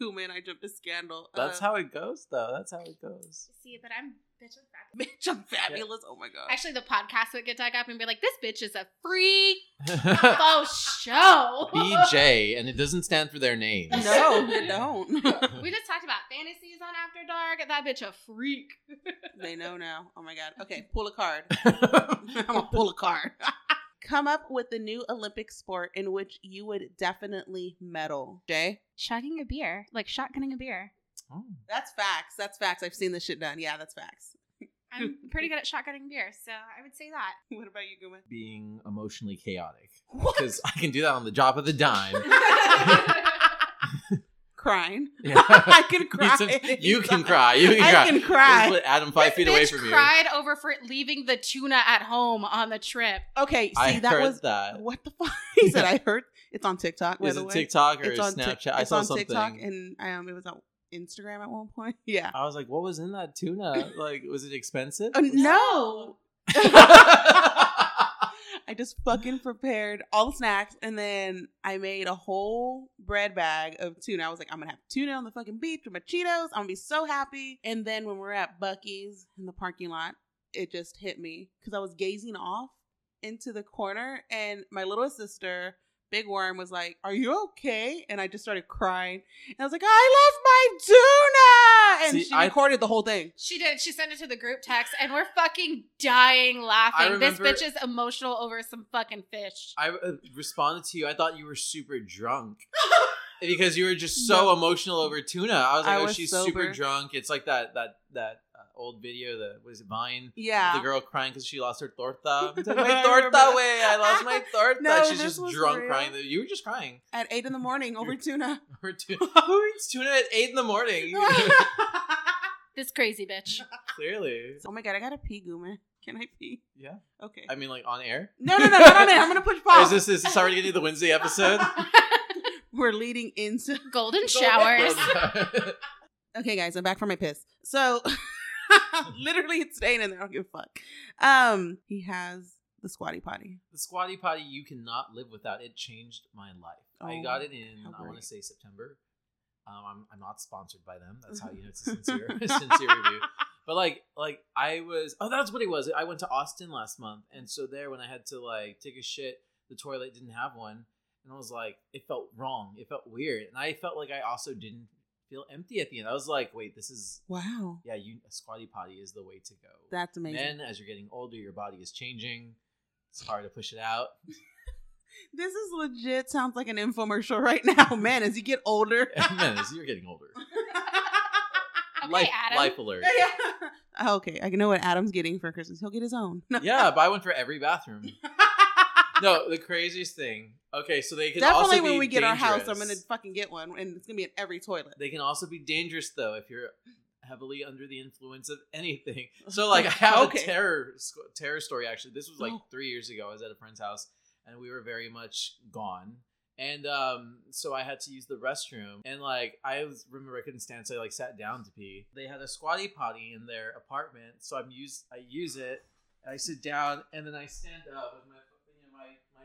Speaker 2: Kuman, I jumped a scandal.
Speaker 4: That's
Speaker 2: Uh,
Speaker 4: how it goes, though. That's how it goes.
Speaker 3: see but i'm bitch is fabulous.
Speaker 2: bitch, I'm fabulous. Oh my god.
Speaker 3: actually the podcast would get dug up and be like this bitch is a free faux show
Speaker 4: BJ, and it doesn't stand for their names.
Speaker 2: no, they don't.
Speaker 3: we just talked about fantasies on after dark that bitch a freak
Speaker 2: they know now. Oh my god. Okay, pull a card. I'm gonna pull a card. Come up with the new Olympic sport in which you would definitely medal. Jay?
Speaker 3: shotgunning a beer like shotgunning a beer
Speaker 4: Oh.
Speaker 2: That's facts. That's facts. I've seen this shit done. Yeah, that's facts.
Speaker 3: i'm pretty good at shotgunning beer so i would say that
Speaker 2: What about you, Kuman?
Speaker 4: Being emotionally chaotic. Because I can do that on the drop of the dime.
Speaker 2: Crying.
Speaker 4: Yeah.
Speaker 2: I can cry.
Speaker 4: you can cry. You can
Speaker 2: I
Speaker 4: cry.
Speaker 2: can
Speaker 4: Just
Speaker 2: cry.
Speaker 4: put Adam
Speaker 3: This
Speaker 4: five feet away
Speaker 3: bitch
Speaker 4: from you.
Speaker 3: cried over for leaving the tuna at home on the trip.
Speaker 2: Okay, see,
Speaker 4: I
Speaker 2: that
Speaker 4: heard
Speaker 2: was.
Speaker 4: that.
Speaker 2: What the fuck? He said, I heard. It's on TikTok, by
Speaker 4: Is
Speaker 2: the
Speaker 4: it
Speaker 2: way.
Speaker 4: TikTok or
Speaker 2: it's on Tik-
Speaker 4: Snapchat? I
Speaker 2: it's
Speaker 4: saw
Speaker 2: on
Speaker 4: something.
Speaker 2: TikTok and um, it was on Instagram at one point. Yeah.
Speaker 4: I was like, what was in that tuna? Like, was it expensive?
Speaker 2: Oh, no.
Speaker 4: oh
Speaker 2: I just fucking prepared all the snacks and then I made a whole bread bag of tuna. I was like, I'm gonna have tuna on the fucking beach with my Cheetos. I'm gonna be so happy. And then when we were at Bucky's in the parking lot, it just hit me because I was gazing off into the corner and my little sister, Big Worm, was like, Are you okay? And I just started crying. And I was like, I love my tuna. And
Speaker 4: See,
Speaker 2: she
Speaker 4: I-
Speaker 2: recorded the whole thing.
Speaker 3: She did. She sent it to the group text, and we're fucking dying laughing.
Speaker 4: I remember-
Speaker 3: this bitch is emotional over some fucking fish.
Speaker 4: I uh, responded to you. I thought you were super drunk because you were just so emotional over tuna. I was like,
Speaker 2: I
Speaker 4: oh,
Speaker 2: was
Speaker 4: she's
Speaker 2: sober.
Speaker 4: super drunk. It's like that that that uh, old video that was it Vine.
Speaker 2: Yeah.
Speaker 4: The girl crying because she lost her torta. It's like,
Speaker 2: I
Speaker 4: my
Speaker 2: remember.
Speaker 4: torta way. I lost my torta.
Speaker 2: No,
Speaker 4: She's
Speaker 2: this
Speaker 4: just
Speaker 2: was
Speaker 4: drunk
Speaker 2: real.
Speaker 4: crying. You were just crying.
Speaker 2: At eight in the morning over tuna.
Speaker 4: Over tuna. Who eats tuna at eight in the morning?
Speaker 3: This crazy bitch.
Speaker 4: Clearly.
Speaker 2: Oh my god, I gotta pee, Goomer. Can I pee?
Speaker 4: Yeah.
Speaker 2: Okay.
Speaker 4: I mean, like on air.
Speaker 2: no, no, no, not on it. I'm gonna push
Speaker 4: Is
Speaker 2: pause.
Speaker 4: this is this already gonna be the Wednesday episode?
Speaker 2: We're leading into.
Speaker 3: Golden showers.
Speaker 2: Okay, guys, I'm back from my piss. So, literally, it's staying in there. I don't give a fuck. Um, he has the squatty potty.
Speaker 4: the squatty potty you cannot live without. It changed my life. I
Speaker 2: Oh,
Speaker 4: got it in.
Speaker 2: how
Speaker 4: I want
Speaker 2: great.
Speaker 4: to say September. Um, I'm, I'm not sponsored by them. That's how you know it's a sincere, a sincere review. But like, like I was. Oh, that's what it was. I went to Austin last month, and so there when I had to like take a shit, the toilet didn't have one, and I was like, it felt wrong. It felt weird, and I felt like I also didn't feel empty at the end. I was like, wait, this is
Speaker 2: Wow.
Speaker 4: yeah. You a squatty potty is the way to go.
Speaker 2: That's amazing.
Speaker 4: Men, as you're getting older, your body is changing. It's hard to push it out.
Speaker 2: This is legit sounds like an infomercial right now. Man, as you get older.
Speaker 4: Men, as you're getting older.
Speaker 3: Okay,
Speaker 4: life,
Speaker 3: Adam.
Speaker 4: life alert.
Speaker 2: okay, I know what Adam's getting for Christmas. He'll get his own. No.
Speaker 4: yeah, buy one for every bathroom. No, the craziest thing. Okay, so they can
Speaker 2: Definitely
Speaker 4: also be
Speaker 2: when we get our house, I'm gonna
Speaker 4: dangerous.
Speaker 2: fucking get one and it's gonna be in every toilet.
Speaker 4: They can also be dangerous though if you're heavily under the influence of anything. So like I have
Speaker 2: Okay.
Speaker 4: a terror sc- terror story actually. This was like
Speaker 2: Oh.
Speaker 4: 3 years ago. I was at a friend's house and we were very much gone. And um, so I had to use the restroom, and like I was, remember, I couldn't stand, so I like sat down to pee. They had a squatty potty in their apartment, so I'm use I use it. and I sit down, and then I stand up with my you know, my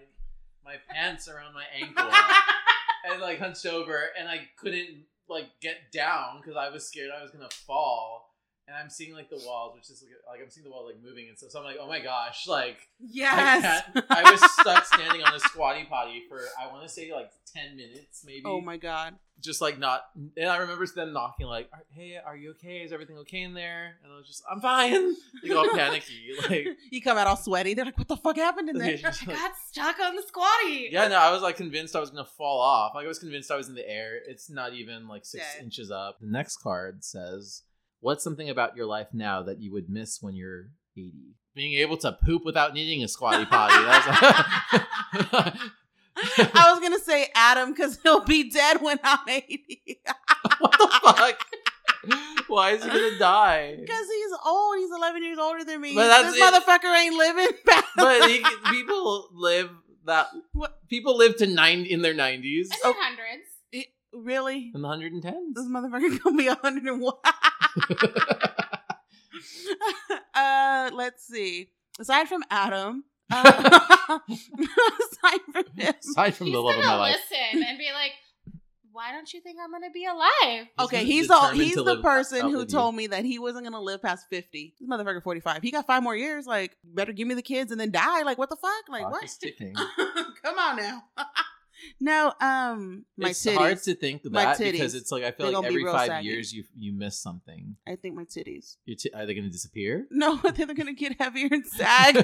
Speaker 4: my my pants around my ankle, and like hunched over, and I couldn't like get down because I was scared I was gonna fall. And I'm seeing like the walls, which is like I'm seeing the wall like moving and stuff. So I'm like, oh my gosh, like
Speaker 2: Yes.
Speaker 4: I, can't- I was stuck standing on a squatty potty for I want to say like ten minutes, maybe.
Speaker 2: Oh my god.
Speaker 4: Just like not, and I remember them knocking, like, "Are- "Hey, are you okay? Is everything okay in there?" And I was just, "I'm fine." Like all panicky, like
Speaker 2: you come out all sweaty. They're like, what the fuck happened in there?
Speaker 4: just,
Speaker 3: I
Speaker 4: like-
Speaker 3: got stuck on the squatty.
Speaker 4: yeah, no, I was like convinced I was gonna fall off. Like I was convinced I was in the air. It's not even like six
Speaker 2: Yeah.
Speaker 4: inches up. The next card says, "What's something about your life now that you would miss when you're 80?" Being able to poop without needing a squatty potty. That was-
Speaker 2: I was gonna say Adam because he'll be dead when I'm 80.
Speaker 4: what the fuck? Why is he gonna die?
Speaker 2: Because he's old. He's 11 years older than me.
Speaker 4: But that's
Speaker 2: this
Speaker 4: it.
Speaker 2: motherfucker ain't living. past-
Speaker 4: But he, people live that.
Speaker 2: What?
Speaker 4: People live to nine in their nineties
Speaker 3: I said
Speaker 2: Oh.
Speaker 3: hundreds.
Speaker 2: It- really?
Speaker 4: and the hundred and tens.
Speaker 2: This motherfucker gonna be 101. uh, let's see. Aside from Adam, uh, aside from him,
Speaker 4: Aside from
Speaker 3: He's
Speaker 4: the love
Speaker 3: gonna
Speaker 4: of my life,
Speaker 3: listen and be like, "Why don't you think I'm gonna be alive?"
Speaker 2: okay,
Speaker 4: gonna
Speaker 2: he's the
Speaker 4: determine
Speaker 2: he's
Speaker 4: to
Speaker 2: the
Speaker 4: live
Speaker 2: person
Speaker 4: out
Speaker 2: who
Speaker 4: with
Speaker 2: told me that he wasn't gonna live past 50. This motherfucker 45. He got five more years. Like, better give me the kids and then die. Like, what the fuck?
Speaker 4: you.
Speaker 2: Like,
Speaker 4: Clock
Speaker 2: what?
Speaker 4: is ticking.
Speaker 2: Come on now. no, um, my
Speaker 4: it's
Speaker 2: titties.
Speaker 4: hard to think
Speaker 2: My
Speaker 4: that
Speaker 2: titties.
Speaker 4: because it's like I
Speaker 2: They
Speaker 4: feel like
Speaker 2: gonna be
Speaker 4: every
Speaker 2: real
Speaker 4: five
Speaker 2: saggy.
Speaker 4: years you you miss something.
Speaker 2: I think my titties.
Speaker 4: Your t- are they going to disappear?
Speaker 2: No, I think they're gonna get heavier and sag.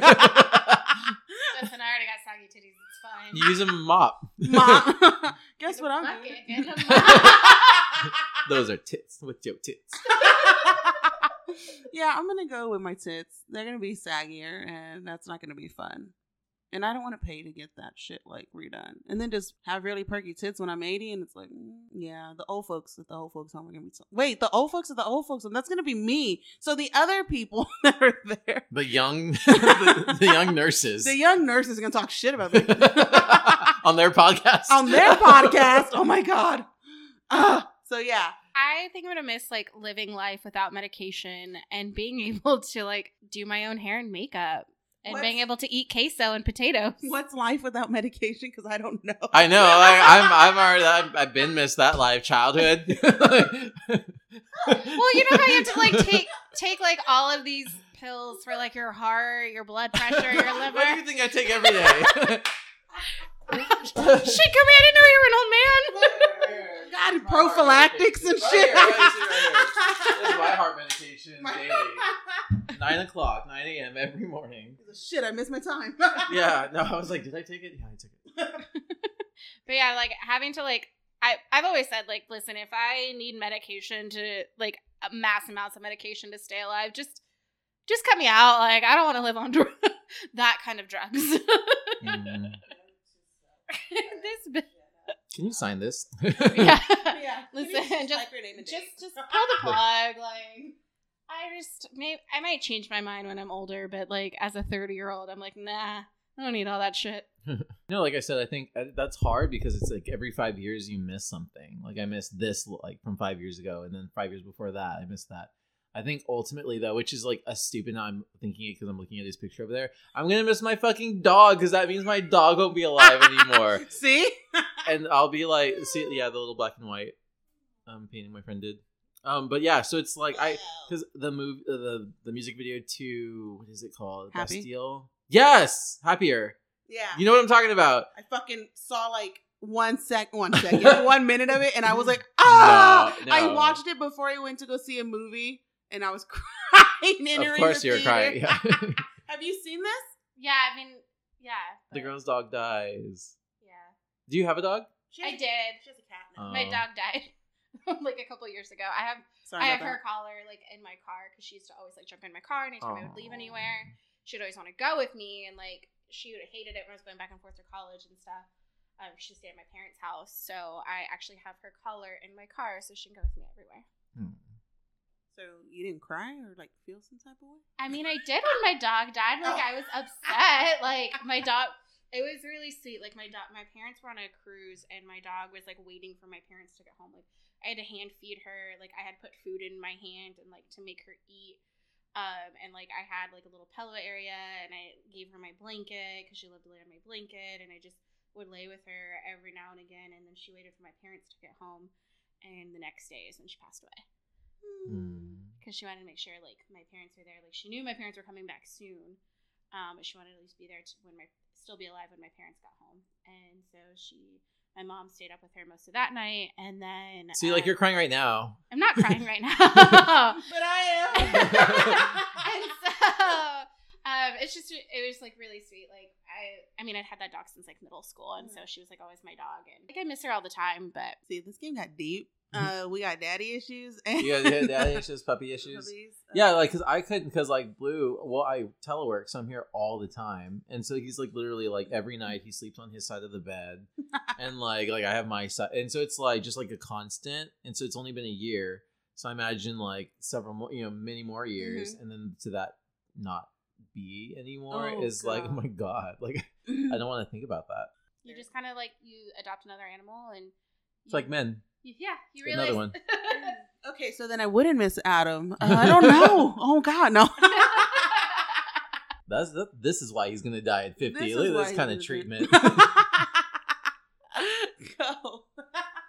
Speaker 3: Listen, I already got soggy titties. It's fine.
Speaker 4: you use a mop.
Speaker 2: Mom, guess
Speaker 3: In
Speaker 2: what
Speaker 3: a
Speaker 2: I'm
Speaker 3: bucket,
Speaker 2: doing?
Speaker 3: in a bucket.
Speaker 4: Those are tits with your tits.
Speaker 2: yeah, I'm gonna go with my tits. They're gonna be saggier, and that's not gonna be fun. And I don't want to pay to get that shit like redone, and then just have really perky tits when I'm 80, and it's like, mm, yeah, the old folks at the old folks home are gonna be. so- Wait, the old folks at the old folks home. That's gonna be me. So the other people that are there,
Speaker 4: The young, the, the young nurses
Speaker 2: the young nurses are gonna talk shit about me
Speaker 4: on their podcast.
Speaker 2: on their podcast. Oh my god. Ah, so yeah,
Speaker 3: I think I'm gonna miss like living life without medication and being able to like do my own hair and makeup and
Speaker 2: What's-
Speaker 3: being able to eat queso and potatoes.
Speaker 2: what's life without medication? Because I don't know.
Speaker 4: I know. I, I'm. I'm already. I've, I've been missed that life childhood.
Speaker 3: Well, you know how you have to like take take like all of these pills for like your heart, your blood pressure, your
Speaker 4: What do you
Speaker 3: liver.
Speaker 4: think I take every day?
Speaker 3: Shit, come here! I didn't know you were an old man.
Speaker 2: God, prophylactics and shit.
Speaker 4: That's my heart medication daily. Nine o'clock, nine a.m. every morning.
Speaker 2: Shit, I missed my time.
Speaker 4: Yeah. No, I was like, did I take it? Yeah, I took it.
Speaker 3: But yeah, like having to like I I've always said like listen, if I need medication to like mass amounts of medication to stay alive, just just cut me out. Like I don't want to live on dr- that kind of drugs.
Speaker 4: Mm.
Speaker 3: this bit-
Speaker 4: Can you sign this?
Speaker 3: yeah.
Speaker 2: yeah.
Speaker 3: Listen, just-
Speaker 2: your name and
Speaker 3: Just
Speaker 2: date.
Speaker 3: just pull the plug like I just may I might change my mind when I'm older, but like as a 30-year-old, I'm like, nah, I don't need all that shit.
Speaker 4: No, like I said, I think uh, that's hard because it's like every five years you miss something. Like I missed this, like from five years ago, and then five years before that, I missed that. I think ultimately though, which is like a stupid. Now I'm thinking it because I'm looking at his picture over there. I'm gonna miss my fucking dog because that means my dog won't be alive anymore,
Speaker 2: See?
Speaker 4: and I'll be like, see, yeah, the little black and white um, painting my friend did. Um, but yeah, so it's like I because the move uh, the the music video to what is it called?
Speaker 2: Happy?
Speaker 4: Bastille. Yes, happier.
Speaker 2: Yeah.
Speaker 4: You know what I'm talking about.
Speaker 2: I fucking saw like one sec, one second, one minute of it, and I was like, ah!
Speaker 4: No,
Speaker 2: I
Speaker 4: no.
Speaker 2: watched it before I went to go see a movie, and I was crying. Entering
Speaker 4: of course,
Speaker 2: the
Speaker 4: you're
Speaker 2: theater.
Speaker 4: crying. Yeah.
Speaker 2: Have you seen this?
Speaker 3: Yeah, I mean, yeah.
Speaker 4: the girl's dog dies.
Speaker 3: Yeah.
Speaker 4: Do you have a dog?
Speaker 2: She
Speaker 3: I
Speaker 2: has-
Speaker 3: did.
Speaker 2: She has a cat now.
Speaker 4: Oh.
Speaker 3: My dog died like a couple years ago. I have
Speaker 2: Sorry about
Speaker 3: I have
Speaker 2: that.
Speaker 3: her collar like in my car because she used to always like jump in my car anytime I would leave
Speaker 4: Aw.
Speaker 3: anywhere. She'd always want to go with me, and like she would- hated it when I was going back and forth to college and stuff. Um, she stayed at my parents' house, so I actually have her collar in my car so she can go with me everywhere.
Speaker 4: Hmm.
Speaker 2: So you didn't cry or like feel some type of way?
Speaker 3: I mean, I did when my dog died. Like I was upset. Like my dog. It was really sweet. Like my dog, my parents were on a cruise, and my dog was like waiting for my parents to get home. Like I had to hand feed her. Like I had put food in my hand and like to make her eat. Um, and like I had like a little pillow area, and I gave her my blanket because she loved to lay on my blanket, and I just would lay with her every now and again, and then she waited for my parents to get home, and the next day is when she passed away
Speaker 4: Hmm.
Speaker 3: because she wanted to make sure like my parents were there. Like she knew my parents were coming back soon, um, but she wanted to at least be there to, when my still be alive when my parents got home. And so she, my mom stayed up with her most of that night, and then
Speaker 4: See,
Speaker 3: um,
Speaker 4: like you're crying right now.
Speaker 3: I'm not crying right now.
Speaker 2: But I
Speaker 3: and so um, it's just it was like really sweet. Like I, I mean, I'd had that dog since like middle school, and so she was like always my dog, and like I miss her all the time. But
Speaker 2: See, this game got deep. Uh, we got daddy issues and uh,
Speaker 4: You guys had Mm-hmm. daddy issues, puppy issues. Yeah, like because I couldn't, because like Blue, well, I telework, so I'm here all the time, and so he's like literally like every night he sleeps on his side of the bed, and like like I have my side, and so it's like just like a constant, and so it's only been a year, so I imagine like several more, you know, many more years, and then to that not be anymore
Speaker 2: Mm-hmm. Oh,
Speaker 4: is like oh
Speaker 2: God.
Speaker 4: my god, like I don't want to think about that.
Speaker 3: you just kind of like you adopt another animal, and
Speaker 4: It's like men.
Speaker 3: you, yeah, you realize
Speaker 4: Another one.
Speaker 2: okay, so then I wouldn't miss Adam. Uh, I don't know. oh God, no.
Speaker 4: That's that, this is why he's gonna die at fifty.
Speaker 2: This
Speaker 4: Look
Speaker 2: is
Speaker 4: at
Speaker 2: why
Speaker 4: this
Speaker 2: he
Speaker 4: kind of
Speaker 2: was it.
Speaker 4: treatment.
Speaker 2: Go.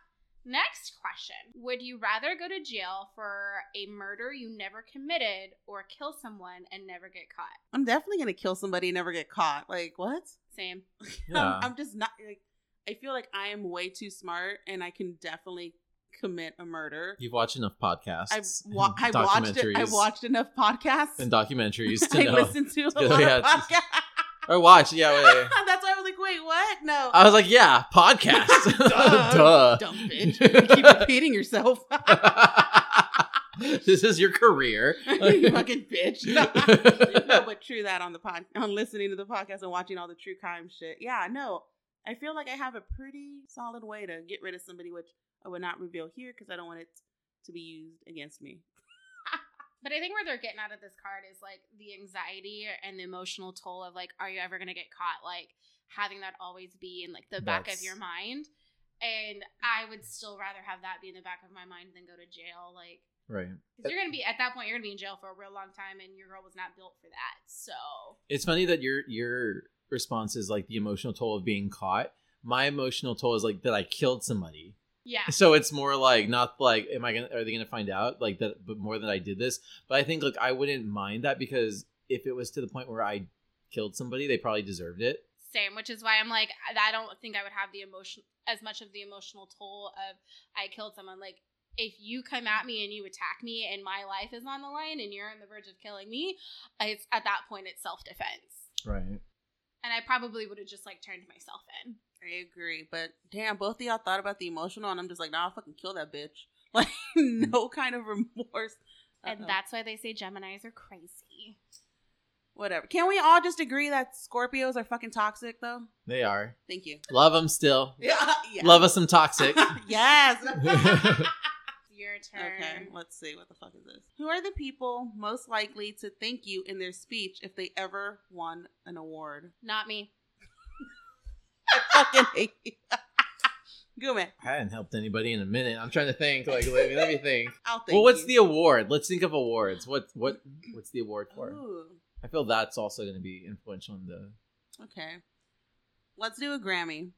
Speaker 3: Next question. Would you rather go to jail for a murder you never committed or kill someone and never get caught?
Speaker 2: I'm definitely gonna kill somebody and never get caught. Like what?
Speaker 3: Same.
Speaker 4: yeah.
Speaker 2: I'm, I'm just not like. I feel like I am way too smart, and I can definitely commit a murder.
Speaker 4: You've watched enough podcasts.
Speaker 2: I've wa- I
Speaker 4: and
Speaker 2: watched it. I
Speaker 4: documentaries
Speaker 2: watched enough podcasts.
Speaker 4: and documentaries to
Speaker 2: I
Speaker 4: know
Speaker 2: listened to a
Speaker 4: Yeah,
Speaker 2: lot
Speaker 4: yeah,
Speaker 2: of
Speaker 4: it's-
Speaker 2: podcasts.
Speaker 4: or watch. Yeah, wait, wait.
Speaker 2: That's why I was like, wait, what? No.
Speaker 4: I was like, yeah, podcasts.
Speaker 2: Duh.
Speaker 4: Duh.
Speaker 2: Dumb bitch. You keep repeating yourself.
Speaker 4: this is your career.
Speaker 2: you fucking bitch. no, but true that on the pod, on listening to the podcast and watching all the true crime shit. Yeah, no, I feel like I have a pretty solid way to get rid of somebody, which I would not reveal here because I don't want it to be used against me.
Speaker 3: But I think where they're getting out of this card is like the anxiety and the emotional toll of like, are you ever going to get caught? Like having that always be in like the back of
Speaker 4: That's-
Speaker 3: your mind. And I would still rather have that be in the back of my mind than go to jail. Like,
Speaker 4: right.
Speaker 3: because you're going to be at that point, you're going to be in jail for a real long time and your girl was not built for that. So.
Speaker 4: It's funny that your your response is like the emotional toll of being caught. My emotional toll is like that I killed somebody.
Speaker 3: Yeah.
Speaker 4: So it's more like not like am I gonna are they gonna find out like that but more than I did this. But I think like I wouldn't mind that because if it was to the point where I killed somebody, they probably deserved it.
Speaker 3: Same, which is why I'm like, I I don't think I would have the emotion as much of the emotional toll of I killed someone. Like, if you come at me and you attack me and my life is on the line and you're on the verge of killing me, it's at that point it's self defense.
Speaker 4: Right.
Speaker 3: And I probably would have just like turned myself in.
Speaker 2: I agree, but damn, both of y'all thought about the emotional, and I'm just like, nah, I'll fucking kill that bitch. Like,
Speaker 4: Hmm.
Speaker 2: no kind of remorse.
Speaker 3: And
Speaker 2: Uh-oh.
Speaker 3: that's why they say Geminis are crazy.
Speaker 2: whatever. Can we all just agree that Scorpios are fucking toxic, though?
Speaker 4: They are.
Speaker 2: Thank you.
Speaker 4: Love them still.
Speaker 2: Yeah,
Speaker 4: Love us some toxic.
Speaker 2: yes.
Speaker 3: Your turn.
Speaker 2: Okay, let's see. What the fuck is this? Who are the people most likely to thank you in their speech if they ever won an award?
Speaker 3: Not me.
Speaker 2: I fucking hate you. Gume.
Speaker 4: I haven't helped anybody in a minute. I'm trying to think. Like, let me, let me think.
Speaker 2: I'll think.
Speaker 4: well, what's the award? Let's think of awards. What what what's the award for?
Speaker 3: Oh.
Speaker 2: Ooh,
Speaker 4: I feel that's also going to be influential in the.
Speaker 2: okay. Let's do a Grammy.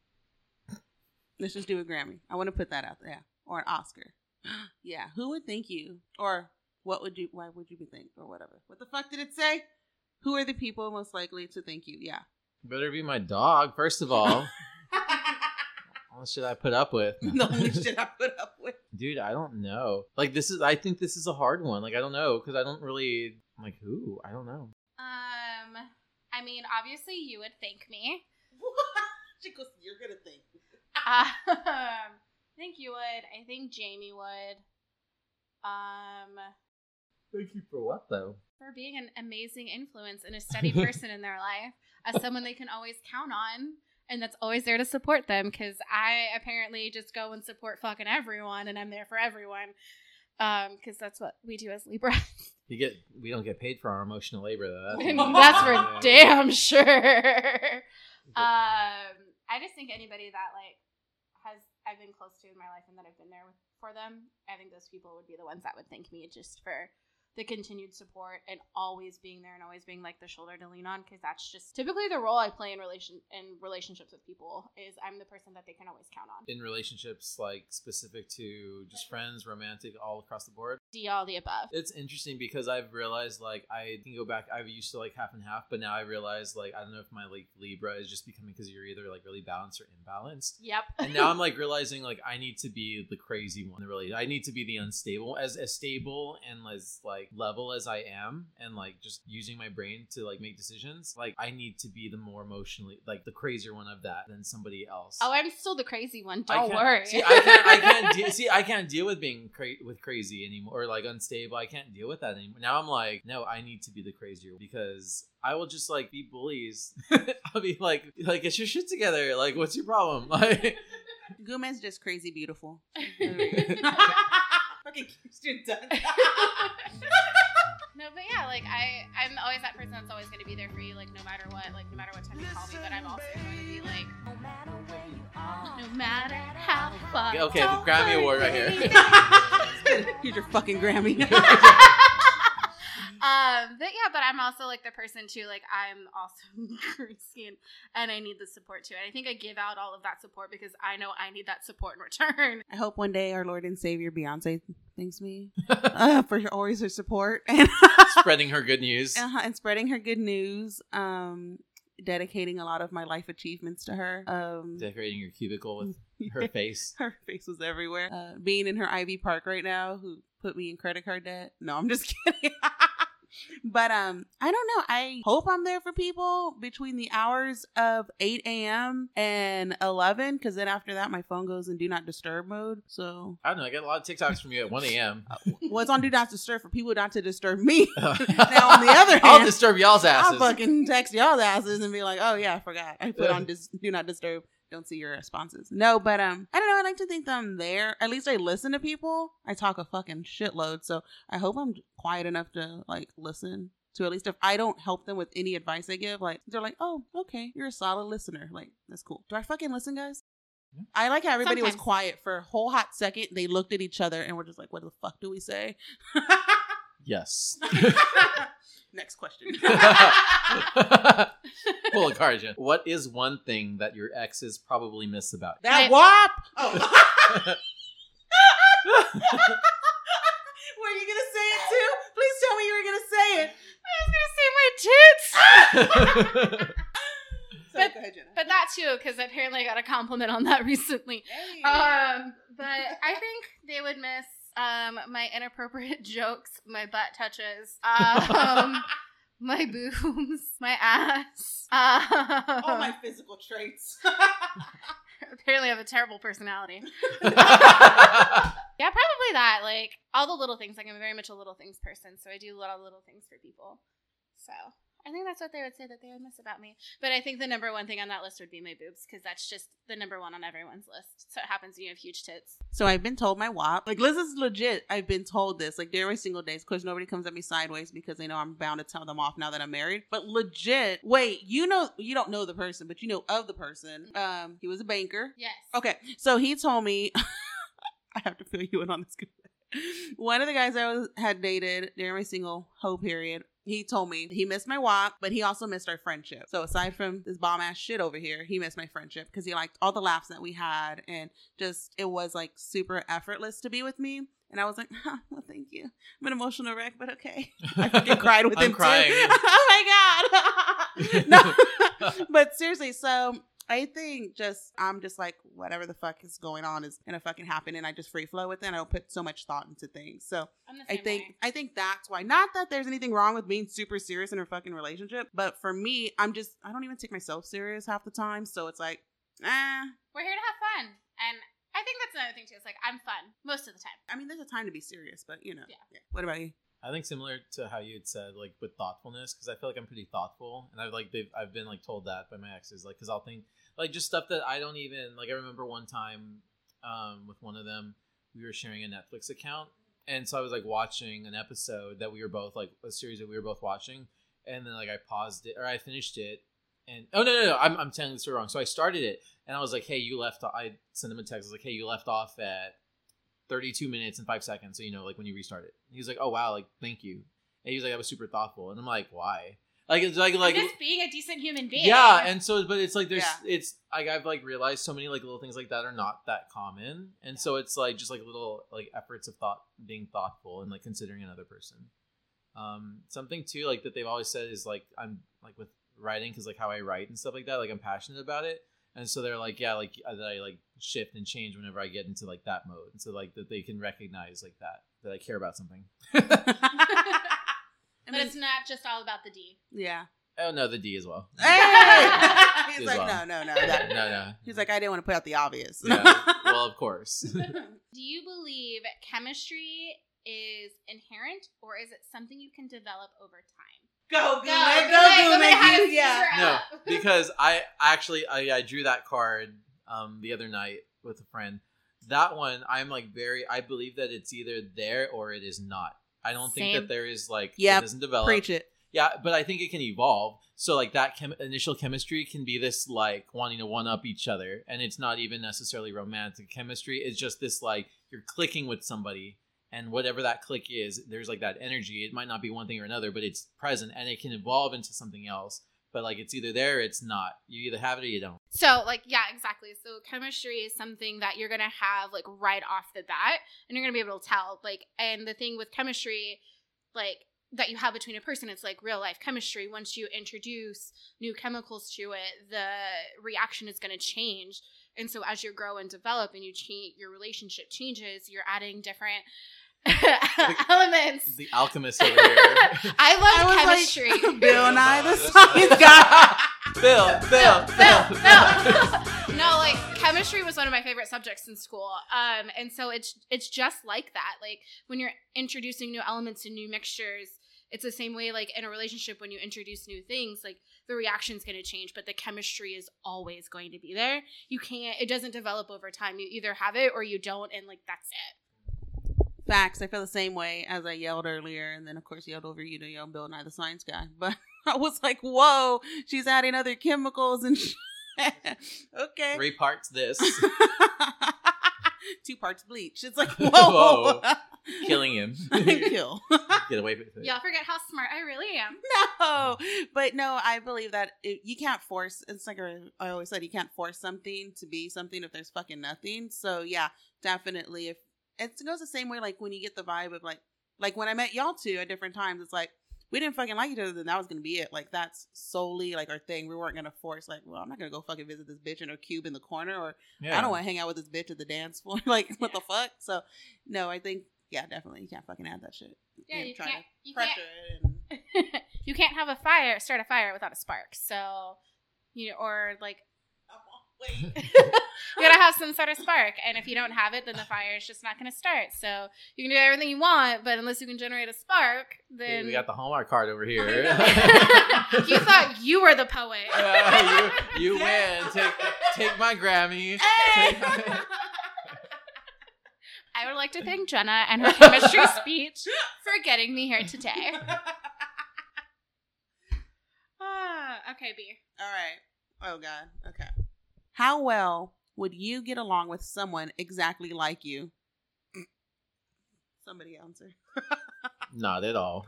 Speaker 2: Let's just do a Grammy. I want to put that out there. Yeah. Or an Oscar. yeah. Who would thank you? Or what would you? Why would you be thanked? Or whatever. What the fuck did it say? Who are the people most likely to thank you? Yeah.
Speaker 4: Better be my dog. First of all, all the shit I put up with.
Speaker 2: the only shit I put up with.
Speaker 4: Dude, I don't know. Like this is. I think this is a hard one. Like I don't know because I don't really. I'm like who? I don't know.
Speaker 3: Um, I mean, obviously you would thank me.
Speaker 2: she goes, "You're gonna thank." me."
Speaker 3: Um, I think you would. I think Jamie would. Um,
Speaker 4: Thank you for what though?
Speaker 3: for being an amazing influence and a steady person in their life, as someone they can always count on, and that's always there to support them. Because I apparently just go and support fucking everyone, and I'm there for everyone. Um, because that's what we do as Libra.
Speaker 4: You get. We don't get paid for our emotional labor though.
Speaker 3: that's for damn sure.
Speaker 4: Uh,
Speaker 3: Um, I just think anybody that like has I've been close to in my life and that I've been there with, for them, I think those people would be the ones that would thank me just for the continued support and always being there and always being like the shoulder to lean on because that's just typically the role I play in relation in relationships with people is I'm the person that they can always count on.
Speaker 4: in relationships like specific to just friends, romantic, all across the board.
Speaker 3: D all the above.
Speaker 4: It's interesting because I've realized like I can go back. I used to like half and half, but now I realize like I don't know if my like Libra is just becoming because you're either like really balanced or imbalanced.
Speaker 3: Yep.
Speaker 4: And now I'm like realizing like I need to be the crazy one. Really, I need to be the unstable, as as stable and as like level as I am, and like just using my brain to like make decisions. Like I need to be the more emotionally like the crazier one of that than somebody else.
Speaker 3: oh, I'm still the crazy one.
Speaker 4: I
Speaker 3: Don't
Speaker 4: can't-
Speaker 3: worry.
Speaker 4: See, I can't. I can't de- see, I can't deal with being cra- with crazy anymore, or like unstable. I can't deal with that anymore. Now I'm like, no, I need to be the crazier because I will just like be bullies. I'll be like, like get your shit together. Like, what's your problem? Like,
Speaker 2: Gume's just crazy beautiful.
Speaker 1: Fucking Kirsten Dunst.
Speaker 3: No, but yeah, like I, I'm always that person that's always going to be there for you, like no matter what, like no matter what time you call me. But I'm also going to be like, no matter how far.
Speaker 4: okay, the Grammy Award right here.
Speaker 2: Here's your fucking Grammy.
Speaker 3: um, but yeah, but I'm also like the person too. Like I'm also green and I need the support too. And I think I give out all of that support because I know I need that support in return.
Speaker 2: I hope one day our Lord and Savior Beyonce thanks me uh, for her, always her support and,
Speaker 4: Spreading her good news.
Speaker 2: uh-huh, and spreading her good news. Um, dedicating a lot of my life achievements to her. Um,
Speaker 4: Decorating your cubicle with her face.
Speaker 2: her face was everywhere. Uh, being in her Ivy Park right now, who put me in credit card debt. No, I'm just kidding. but um, I don't know. I hope I'm there for people between the hours of 8 a.m. and 11, because then after that, my phone goes in do not disturb mode. So.
Speaker 4: I don't know. I get a lot of TikToks from you at 1 a.m.
Speaker 2: Well, it's on do not disturb for people not to disturb me.
Speaker 4: now, on
Speaker 2: the other
Speaker 4: I'll
Speaker 2: hand,
Speaker 4: disturb y'all's asses.
Speaker 2: I'll fucking text y'all the asses and be like, oh yeah, I forgot. I put on dis- do not disturb. Don't see your responses. No, but um, I don't know. I like to think that I'm there. At least I listen to people. I talk a fucking shitload, so I hope I'm quiet enough to like listen to at least if I don't help them with any advice I give. Like they're like, oh, okay, you're a solid listener. Like that's cool. Do I fucking listen, guys?
Speaker 4: Yeah.
Speaker 2: I like how everybody was
Speaker 3: Sometimes.
Speaker 2: quiet for a whole hot second. They looked at each other and were just like, what the fuck do we say?
Speaker 4: yes.
Speaker 2: Next question.
Speaker 4: Full of courage. What is one thing that your exes probably miss about you?
Speaker 2: that
Speaker 3: I-
Speaker 2: wop. Oh. Were you gonna say it too? Please tell me you were gonna say it.
Speaker 3: I was gonna say my tits, But-
Speaker 2: go ahead, Jenna.
Speaker 3: but that too, because apparently I got a compliment on that recently.
Speaker 2: Hey.
Speaker 3: Um, but I think they would miss um my inappropriate jokes, my butt touches, um, my boobs, my ass. Um,
Speaker 2: all Oh my physical traits.
Speaker 3: apparently I have a terrible personality. Yeah, probably that. Like all the little things. Like I'm very much a little things person, so I do a lot of little things for people. So I think that's what they would say that they would miss about me. But I think the number one thing on that list would be my boobs because that's just the number one on everyone's list. So it happens when you have huge tits.
Speaker 2: So I've been told my WAP. Like Liz is legit. I've been told this. Like every single day. Of course, nobody comes at me sideways because they know I'm bound to tell them off now that I'm married. But legit. Wait, you know you don't know the person, but you know of the person. Um, he was a banker.
Speaker 3: Yes.
Speaker 2: Okay, so he told me I have to fill you in on this. One of the guys I was, had dated during my single hoe period, he told me he missed my walk, but he also missed our friendship. So aside from this bomb ass shit over here, he missed my friendship because he liked all the laughs that we had and just it was like super effortless to be with me. And I was like, huh, well, thank you. I'm an emotional wreck, but okay. I fucking cried with
Speaker 4: I'm
Speaker 2: him
Speaker 4: crying.
Speaker 2: too. oh my god. no, but seriously, so I think just I'm just like whatever the fuck is going on is gonna fucking happen, and I just free flow with it. And I don't put so much thought into things. So
Speaker 3: I'm the
Speaker 2: I
Speaker 3: same
Speaker 2: think
Speaker 3: way.
Speaker 2: I think that's why. Not that there's anything wrong with being super serious in a fucking relationship, but for me, I'm just I don't even take myself serious half the time. So it's like, ah.
Speaker 3: We're here to have fun. And I think that's another thing too. It's like I'm fun most of the time.
Speaker 2: I mean, there's a time to be serious, but you know.
Speaker 3: Yeah.
Speaker 2: What about you?
Speaker 4: I think similar to how you had said, like with thoughtfulness, because I feel like I'm pretty thoughtful, and I've like they've, I've been like told that by my exes, like because I'll think like just stuff that I don't even like. I remember one time um, with one of them, we were sharing a Netflix account, and so I was like watching an episode that we were both like a series that we were both watching, and then like I paused it or I finished it, and oh no no no, I'm I'm telling this story wrong. So I started it, and I was like, hey, you left. I sent him a text. I was like, hey, you left off at 32 minutes and five seconds. So, you know, like when you restart it. And He's like, oh, wow, like, thank you. And he was like, I was super thoughtful. And I'm like, why? Like, it's like, like,
Speaker 3: I'm just being a decent human being.
Speaker 4: yeah. And so, but it's like, there's, it's, like, I've like realized so many like little things like that are not that common. And so it's like, just like little like efforts of thought, being thoughtful and like considering another person. Um, something too, like that they've always said is like, I'm like with writing, cause like how I write and stuff like that, like I'm passionate about it and so they're like yeah like uh, that i like shift and change whenever i get into like that mode and so like that they can recognize like that that i care about something
Speaker 2: I
Speaker 3: but
Speaker 2: mean,
Speaker 3: it's not just all about the D.
Speaker 2: yeah.
Speaker 4: oh no the d as well
Speaker 2: Hey! He's
Speaker 4: He's
Speaker 2: like, no,
Speaker 4: wrong.
Speaker 2: no, no,
Speaker 4: no
Speaker 2: that-
Speaker 4: no
Speaker 2: He's like, I didn't want to put out the obvious.
Speaker 4: yeah, well of course
Speaker 3: Do you believe chemistry is inherent or is it something you can develop over time?
Speaker 2: go,
Speaker 3: Go,
Speaker 2: Gume,
Speaker 3: go,
Speaker 2: go,
Speaker 3: Goumet, how
Speaker 2: Gume,
Speaker 3: to
Speaker 2: you- yeah.
Speaker 3: figure
Speaker 4: no
Speaker 3: out.
Speaker 4: because i actually I, I drew that card um the other night with a friend that one i'm like very i believe that it's either there or it is not i don't think
Speaker 3: Same.
Speaker 4: that there is like yeah
Speaker 2: Yep.
Speaker 4: it doesn't develop
Speaker 2: Preach it.
Speaker 4: Yeah, but I think it can evolve. So like that chem- initial chemistry can be this like wanting to one up each other, and it's not even necessarily romantic chemistry. It's just this like you're clicking with somebody, and whatever that click is, there's like that energy. It might not be one thing or another, but it's present, and it can evolve into something else. But like it's either there, or it's not. You either have it or you don't.
Speaker 3: So, like, yeah, exactly. So, chemistry is something that you're going to have, like, right off the bat, and you're going to be able to tell. Like, and the thing with chemistry, like, that you have between a person, it's like real life chemistry. Once you introduce new chemicals to it, the reaction is going to change. And so, as you grow and develop and you change, your relationship changes, you're adding different elements.
Speaker 4: The alchemist over here.
Speaker 3: I love
Speaker 2: I was
Speaker 3: chemistry.
Speaker 2: like, Bill Nye the Science Guy.
Speaker 4: Bill, Bill,
Speaker 3: no,
Speaker 4: Bill,
Speaker 3: no, like chemistry was one of my favorite subjects in school. Um, and so it's it's just like that. Like when you're introducing new elements and new mixtures, it's the same way like in a relationship when you introduce new things, like the reaction's gonna change, but the chemistry is always going to be there. You can't it doesn't develop over time. You either have it or you don't, and like that's it.
Speaker 2: Facts. I feel the same way as I yelled earlier, and then of course yelled over you to yell Bill Nye the Science Guy. But I was like, "Whoa, she's adding other chemicals and sh- okay,
Speaker 4: Three parts this,
Speaker 2: two parts bleach." It's like,
Speaker 4: Whoa.
Speaker 2: "Whoa,
Speaker 4: killing him. Get
Speaker 2: kill."
Speaker 4: away with it.
Speaker 3: Y'all forget how smart I really am.
Speaker 2: no, but no, I believe that it, you can't force. It's like a, I always said, you can't force something to be something if there's fucking nothing. So yeah, definitely. If it goes the same way, like when you get the vibe of like, like when I met y'all two at different times, it's like we didn't fucking like each other, then that was gonna be it. Like that's solely like our thing. We weren't gonna force. Like, well, I'm not gonna go fucking visit this bitch in her cube in the corner, or I don't want to hang out with this bitch at the dance floor. like, what the fuck? So no, I think yeah, definitely you can't fucking add that shit.
Speaker 3: Yeah,
Speaker 2: And
Speaker 3: you
Speaker 2: try
Speaker 3: can't
Speaker 2: to
Speaker 3: you
Speaker 2: pressure
Speaker 3: can't
Speaker 2: it and.
Speaker 3: you can't have a fire start a fire without a spark. So you know, or like
Speaker 2: I'm all- wait.
Speaker 3: you gotta have some sort of spark. And if you don't have it, then the fire is just not gonna start. So you can do everything you want, but unless you can generate a spark,
Speaker 4: Hey,
Speaker 3: then
Speaker 4: we got the Hallmark card over here.
Speaker 3: you thought you were the poet.
Speaker 4: Uh, you, you win. Take take my Grammy. Take my-
Speaker 3: I would like to thank Jenna and her chemistry speech for getting me here today. Ah, okay, B.
Speaker 2: All right. Oh God. Okay. How well would you get along with someone exactly like you? Somebody answer.
Speaker 4: Not at all.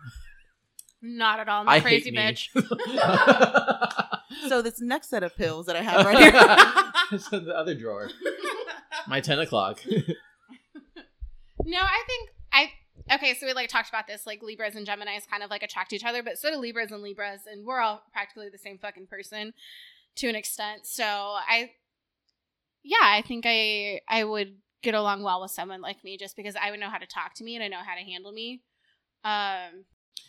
Speaker 3: Not at all. I'm a
Speaker 4: I
Speaker 3: crazy
Speaker 4: hate me.
Speaker 3: bitch.
Speaker 2: So this next set of pills that I have right here.
Speaker 4: It's in the other drawer. My ten o'clock.
Speaker 3: No, I think I okay. So we like talked about this, like Libras and Gemini's kind of like attract each other, but so do Libras and Libras, and we're all practically the same fucking person to an extent. So I, yeah, I think I I would get along well with someone like me just because I would know how to talk to me and I know how to handle me. Um,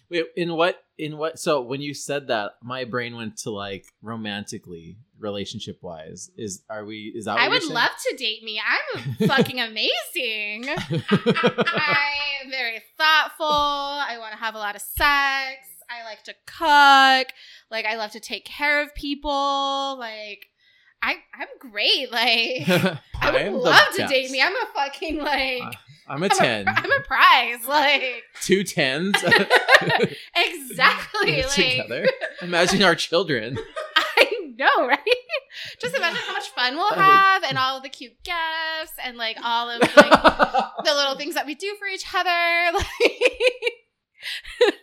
Speaker 4: Wait, in what? In what? So when you said that, my brain went to like romantically, relationship wise. Is are we? Is that? What
Speaker 3: I
Speaker 4: you're
Speaker 3: would
Speaker 4: saying?
Speaker 3: love to date me. I'm fucking amazing. I'm very thoughtful. I want to have a lot of sex. I like to cook. Like I love to take care of people. Like I I'm great. Like I would
Speaker 4: I'm the
Speaker 3: love to
Speaker 4: best.
Speaker 3: date me. I'm a fucking like
Speaker 4: Uh,
Speaker 3: I'm
Speaker 4: I'm a
Speaker 3: a-
Speaker 4: ten.
Speaker 3: I'm a prize. Like
Speaker 4: Two tens
Speaker 3: exactly. Like
Speaker 4: together. Imagine our children.
Speaker 3: I know, right? Just imagine how much fun we'll have and all of the cute gifts and like all of like the little things that we do for each other. Like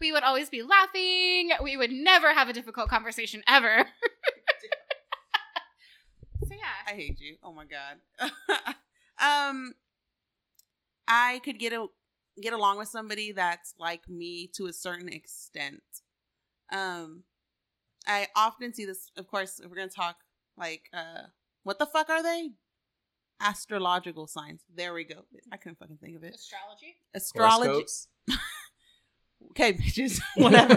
Speaker 3: we would always be laughing. We would never have a difficult conversation ever. so yeah.
Speaker 2: I hate you. Oh my god. um, I could get a get along with somebody that's like me to a certain extent. Um, I often see this. Of course, if we're gonna talk like, uh, what the fuck are they? Astrological signs. There we go. I couldn't fucking think of it.
Speaker 3: Astrology.
Speaker 2: Astrology.
Speaker 4: Horoscopes.
Speaker 2: Okay, bitches. Whatever.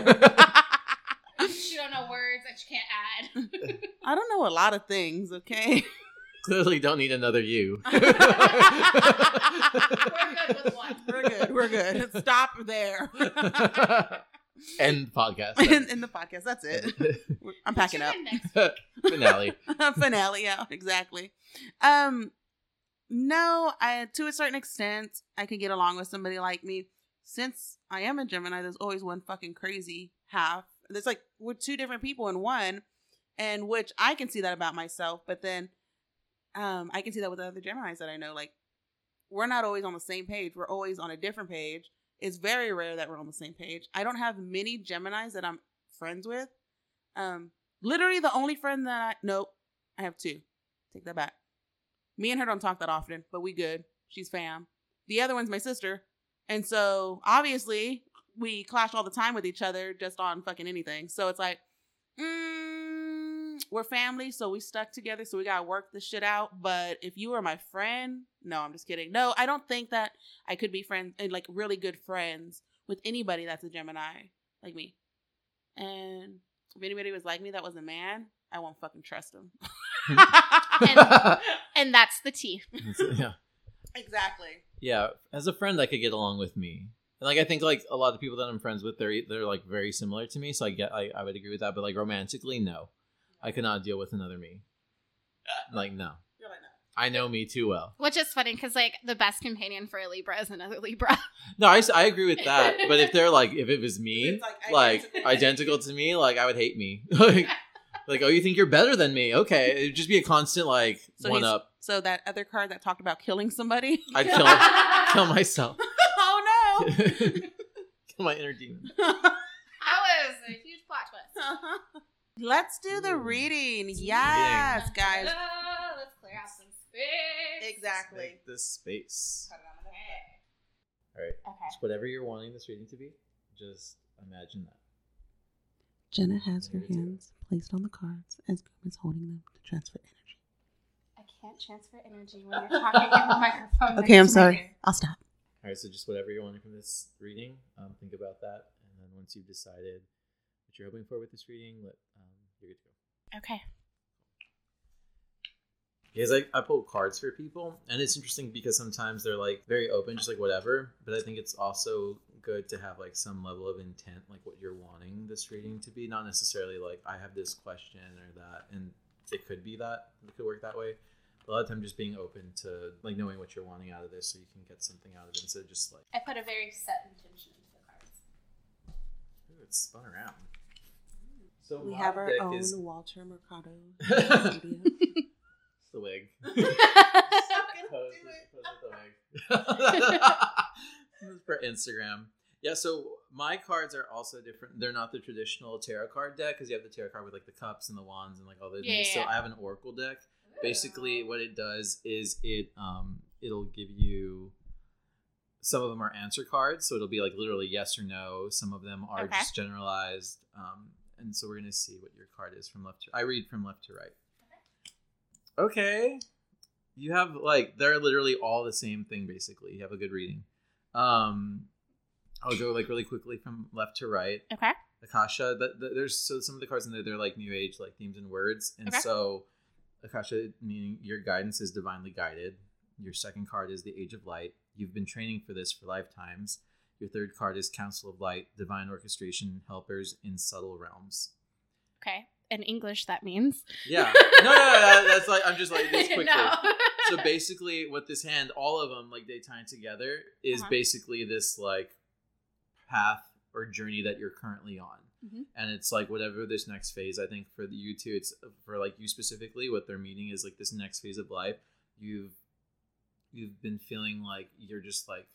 Speaker 3: She don't know words that she can't add.
Speaker 2: I don't know a lot of things. Okay.
Speaker 4: Clearly, don't need another you.
Speaker 3: We're good with one.
Speaker 2: We're good. We're good. Stop there.
Speaker 4: End podcast
Speaker 2: in, in the podcast. That's it. We're- I'm packing
Speaker 3: Tune
Speaker 2: up.
Speaker 3: in next
Speaker 4: finale.
Speaker 2: Finale. Yeah, exactly. Um, no, I to a certain extent, I could get along with somebody like me. Since I am a Gemini, there's always one fucking crazy half. There's like we're two different people in one, and which I can see that about myself. But then, um, I can see that with the other Geminis that I know. Like, we're not always on the same page. We're always on a different page. It's very rare that we're on the same page. I don't have many Geminis that I'm friends with. Um, literally the only friend that I nope, I have two. Take that back. Me and her don't talk that often, but we good. She's fam. The other one's my sister, and so obviously we clash all the time with each other just on fucking anything. So it's like, mm, we're family, so we stuck together. So we gotta work this shit out. But if you were my friend, no, I'm just kidding. No, I don't think that I could be friends and like really good friends with anybody that's a Gemini like me. And if anybody was like me that was a man, I won't fucking trust them.
Speaker 3: And that's the tea.
Speaker 4: yeah.
Speaker 2: exactly.
Speaker 4: yeah, as a friend, I could get along with me. And like I think like a lot of people that I'm friends with, they're e, they're like very similar to me, so I get I, I would agree with that. But like romantically, no, I could not deal with another me. Like no,
Speaker 2: You're like,
Speaker 4: I know me too well.
Speaker 3: Which is funny because like the best companion for a Libra is another Libra.
Speaker 4: No, I, s- I agree with that. But if they're like if it was me,
Speaker 2: It's, like,
Speaker 4: like
Speaker 2: identical.
Speaker 4: identical to me, like I would hate me. like, like oh, you think you're better than me? Okay, it'd just be a constant like
Speaker 2: So
Speaker 4: one
Speaker 2: he's-
Speaker 4: up.
Speaker 2: So that other card that talked about killing somebody.
Speaker 4: I'd kill kill myself.
Speaker 2: oh no.
Speaker 4: kill my inner demon.
Speaker 3: That was a huge plot twist.
Speaker 2: Let's do the
Speaker 4: Ooh.
Speaker 2: reading.
Speaker 4: Let's do the
Speaker 2: Yes, guys.
Speaker 3: Ta-da, Let's clear out some space.
Speaker 2: Exactly.
Speaker 4: Make this space. All right.
Speaker 3: Okay.
Speaker 4: Just whatever you're wanting this reading to be, just imagine that.
Speaker 2: Jenna has her
Speaker 4: Maybe it's
Speaker 2: hands placed on the cards as Goom is holding them to transfer energy.
Speaker 3: I can't transfer energy when you're talking in the microphone.
Speaker 2: Okay, I'm
Speaker 3: next to my
Speaker 2: sorry.
Speaker 3: ear.
Speaker 2: I'll stop.
Speaker 4: All right. So just whatever you're wanting from this reading, um, think about that, and then once you've decided what you're hoping for with this reading, let um, you're good to go.
Speaker 3: Okay.
Speaker 4: is I, I pull cards for people and it's interesting because sometimes they're like very open just like whatever but i think it's also good to have like some level of intent like what you're wanting this reading to be not necessarily like i have this question or that and it could be that it could work that way a lot of time just being open to like knowing what you're wanting out of this so you can get something out of it instead of just like
Speaker 5: I put a very set intention into the cards.
Speaker 4: ooh, it's spun around so
Speaker 2: We
Speaker 4: my
Speaker 2: have our
Speaker 4: deck
Speaker 2: own
Speaker 4: is-
Speaker 2: Walter Mercado.
Speaker 4: it's
Speaker 2: studio.
Speaker 4: the wig Pose
Speaker 2: do
Speaker 4: with-
Speaker 2: it.
Speaker 4: pose with the wig. This is for Instagram. Yeah, so my cards are also different. They're not the traditional tarot card deck because you have the tarot card with like the cups and the wands and like all those.
Speaker 3: Yeah,
Speaker 4: things.
Speaker 3: yeah,
Speaker 4: so
Speaker 3: yeah.
Speaker 4: I have an oracle deck. Basically, what it does is it um it'll give you some of them are answer cards, so it'll be like literally yes or no. Some of them are
Speaker 3: Okay.
Speaker 4: just generalized. Um, and so we're gonna see what your card is from left to. I read from left to right. Okay. You have like they're literally all the same thing basically. You have a good reading. Um I'll go like really quickly from left to right.
Speaker 3: Okay.
Speaker 4: Akasha, th th there's so some of the cards in there they're like new age like themes and words. And
Speaker 3: Okay.
Speaker 4: so Akasha meaning your guidance is divinely guided. Your second card is the Age of Light. You've been training for this for lifetimes. Your third card is Council of Light, divine orchestration, helpers in subtle realms.
Speaker 3: Okay. In English, that means.
Speaker 4: Yeah. No, no, no, that- that's like I'm just like this quickly. so basically what this hand all of them like they tie together is
Speaker 3: Uh-huh.
Speaker 4: basically this like path or journey that you're currently on
Speaker 3: Mhm.
Speaker 4: and it's like whatever this next phase i think for the you two it's for like you specifically what they're meaning is like this next phase of life you've you've been feeling like you're just like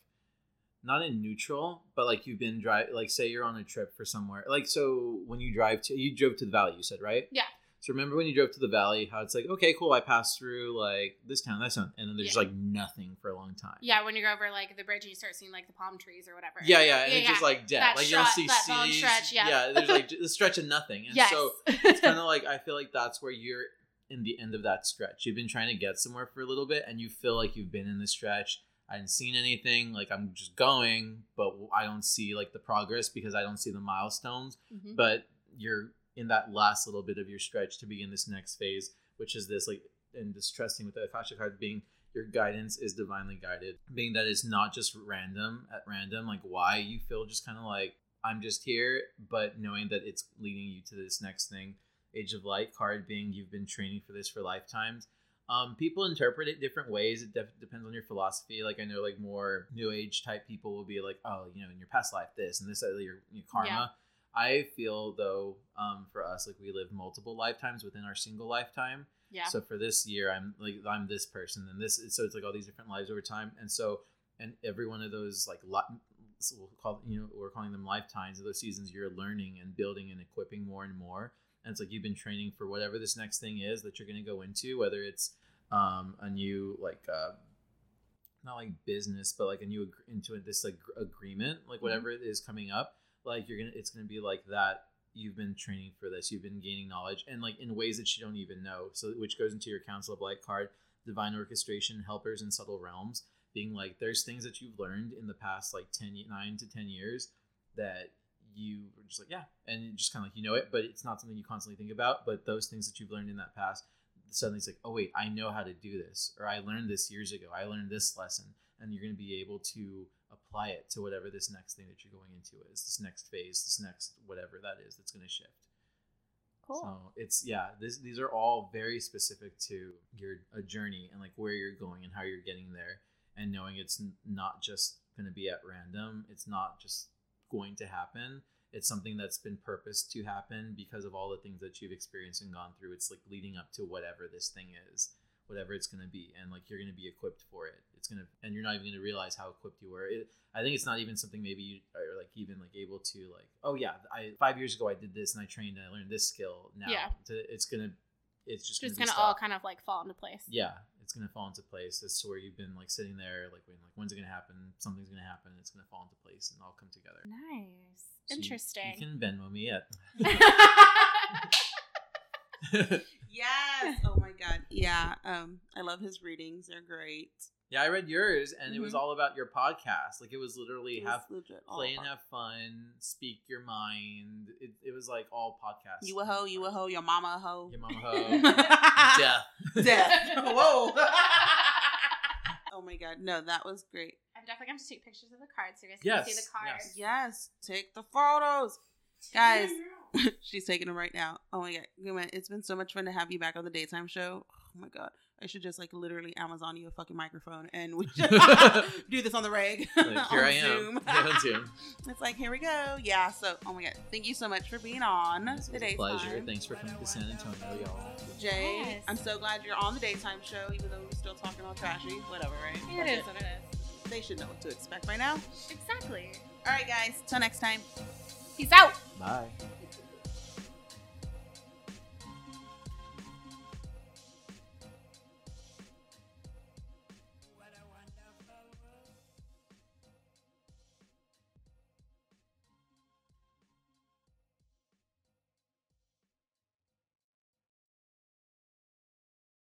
Speaker 4: not in neutral but like you've been drive like say you're on a trip for somewhere like so when you drive to you drove to the valley you said right
Speaker 3: Yeah.
Speaker 4: so remember when you drove to the valley how it's like okay cool i passed through like this town that town and then there's
Speaker 3: Yeah.
Speaker 4: like nothing for a long time
Speaker 3: yeah, when you go over like the bridge and you start seeing like the palm trees or whatever.
Speaker 4: yeah yeah and
Speaker 3: Yeah,
Speaker 4: it's just
Speaker 3: yeah.
Speaker 4: like dead
Speaker 3: That
Speaker 4: like you don't
Speaker 3: shot-
Speaker 4: see
Speaker 3: that long
Speaker 4: seas.
Speaker 3: stretch, yeah.
Speaker 4: there's like the stretch of nothing and
Speaker 3: yes.
Speaker 4: so it's kind of like I feel like that's where you're in the end of that stretch. You've been trying to get somewhere for a little bit, and you feel like you've been in the stretch. I haven't seen anything. Like I'm just going, but I don't see like the progress because I don't see the milestones.
Speaker 3: Mhm.
Speaker 4: But you're in that last little bit of your stretch to begin this next phase, which is this like and just trusting with the Akasha card being your guidance is divinely guided, being that it's not just random at random, like why you feel just kind of like I'm just here, but knowing that it's leading you to this next thing. Age of Light card being you've been training for this for lifetimes. Um, people interpret it different ways. It def- depends on your philosophy. Like I know, like more New Age type people will be like, oh, you know, in your past life, this and this, uh, your, your karma.
Speaker 3: Yeah.
Speaker 4: I feel though, um, for us, like we live multiple lifetimes within our single lifetime.
Speaker 3: yeah.
Speaker 4: So for this year, I'm like I'm this person, and this. So it's like all these different lives over time, and so and every one of those like lot, we'll call you know we're calling them lifetimes of those seasons. You're learning and building and equipping more and more, and it's like you've been training for whatever this next thing is that you're going to go into, whether it's um a new like uh not like business but like a new ag- into it, this like gr- agreement like whatever it is coming up like you're gonna it's gonna be like that you've been training for this you've been gaining knowledge and like in ways that you don't even know so which goes into your council of light card divine orchestration helpers in subtle realms being like there's things that you've learned in the past like 10 y- 9 to 10 years that you were just like yeah and you just kind of like you know it but it's not something you constantly think about but those things that you've learned in that past suddenly it's like oh wait i know how to do this or i learned this years ago i learned this lesson and you're going to be able to apply it to whatever this next thing that you're going into is this next phase this next whatever that is that's going to shift so it's yeah this, these are all very specific to your a journey and like where you're going and how you're getting there and knowing it's n- not just going to be at random it's not just going to happen it's something that's been purposed to happen because of all the things that you've experienced and gone through it's like leading up to whatever this thing is whatever it's going to be and like you're going to be equipped for it it's going to and you're not even going to realize how equipped you were it, i think it's not even something maybe you are like even like able to like oh yeah i five years ago i did this and i trained and i learned this skill now
Speaker 3: Yeah.
Speaker 4: To- it's going to it's just
Speaker 3: It's just
Speaker 4: gonna
Speaker 3: going
Speaker 4: be
Speaker 3: to all
Speaker 4: stuff.
Speaker 3: kind of like fall into place.
Speaker 4: yeah it's going to fall into place as to where you've been like sitting there like waiting like when's it going to happen something's going to happen it's going to fall into place and all come together
Speaker 3: Nice.
Speaker 4: So you-
Speaker 3: Interesting.
Speaker 4: you, can venmo me at
Speaker 2: Yes. Oh my god. Yeah. Um, I love his readings. They're great.
Speaker 4: Yeah, I read yours, and it was
Speaker 2: Mhm.
Speaker 4: all about your podcast. Like it was literally
Speaker 2: It was
Speaker 4: have
Speaker 2: legit all
Speaker 4: play and
Speaker 2: about-
Speaker 4: have fun, speak your mind. It, it was like all podcast.
Speaker 2: You a hoe, you a hoe, your mama a hoe.
Speaker 4: Your mama hoe. Death.
Speaker 2: Death. Whoa. oh my god, no, that was great.
Speaker 3: I'm definitely going to take pictures of the cards so you guys
Speaker 4: Yes,
Speaker 3: can see the cards.
Speaker 2: Yes,
Speaker 4: yes.
Speaker 2: take the photos. Guys, she's taking them right now. Oh my god, Guma, it's been so much fun to have you back on the daytime show. Oh my god, I should just like literally Amazon you a fucking microphone and we should do this on the reg.
Speaker 4: Like, here
Speaker 2: on
Speaker 4: I am.
Speaker 2: Zoom.
Speaker 4: Yeah, on Zoom.
Speaker 2: it's like here we go. Yeah. So, oh my god, thank you so much for being on
Speaker 4: It was
Speaker 2: today's
Speaker 4: a pleasure.
Speaker 2: time.
Speaker 4: Thanks for coming to San Antonio, y'all.
Speaker 2: Jay,
Speaker 3: Yes.
Speaker 2: I'm so glad you're on the daytime show, even though we're still talking all trashy. Whatever, right? Fuck
Speaker 3: It is what it is.
Speaker 2: They should know what to expect by now.
Speaker 3: Exactly.
Speaker 2: All right, guys. Till next time.
Speaker 3: Peace out.
Speaker 4: Bye.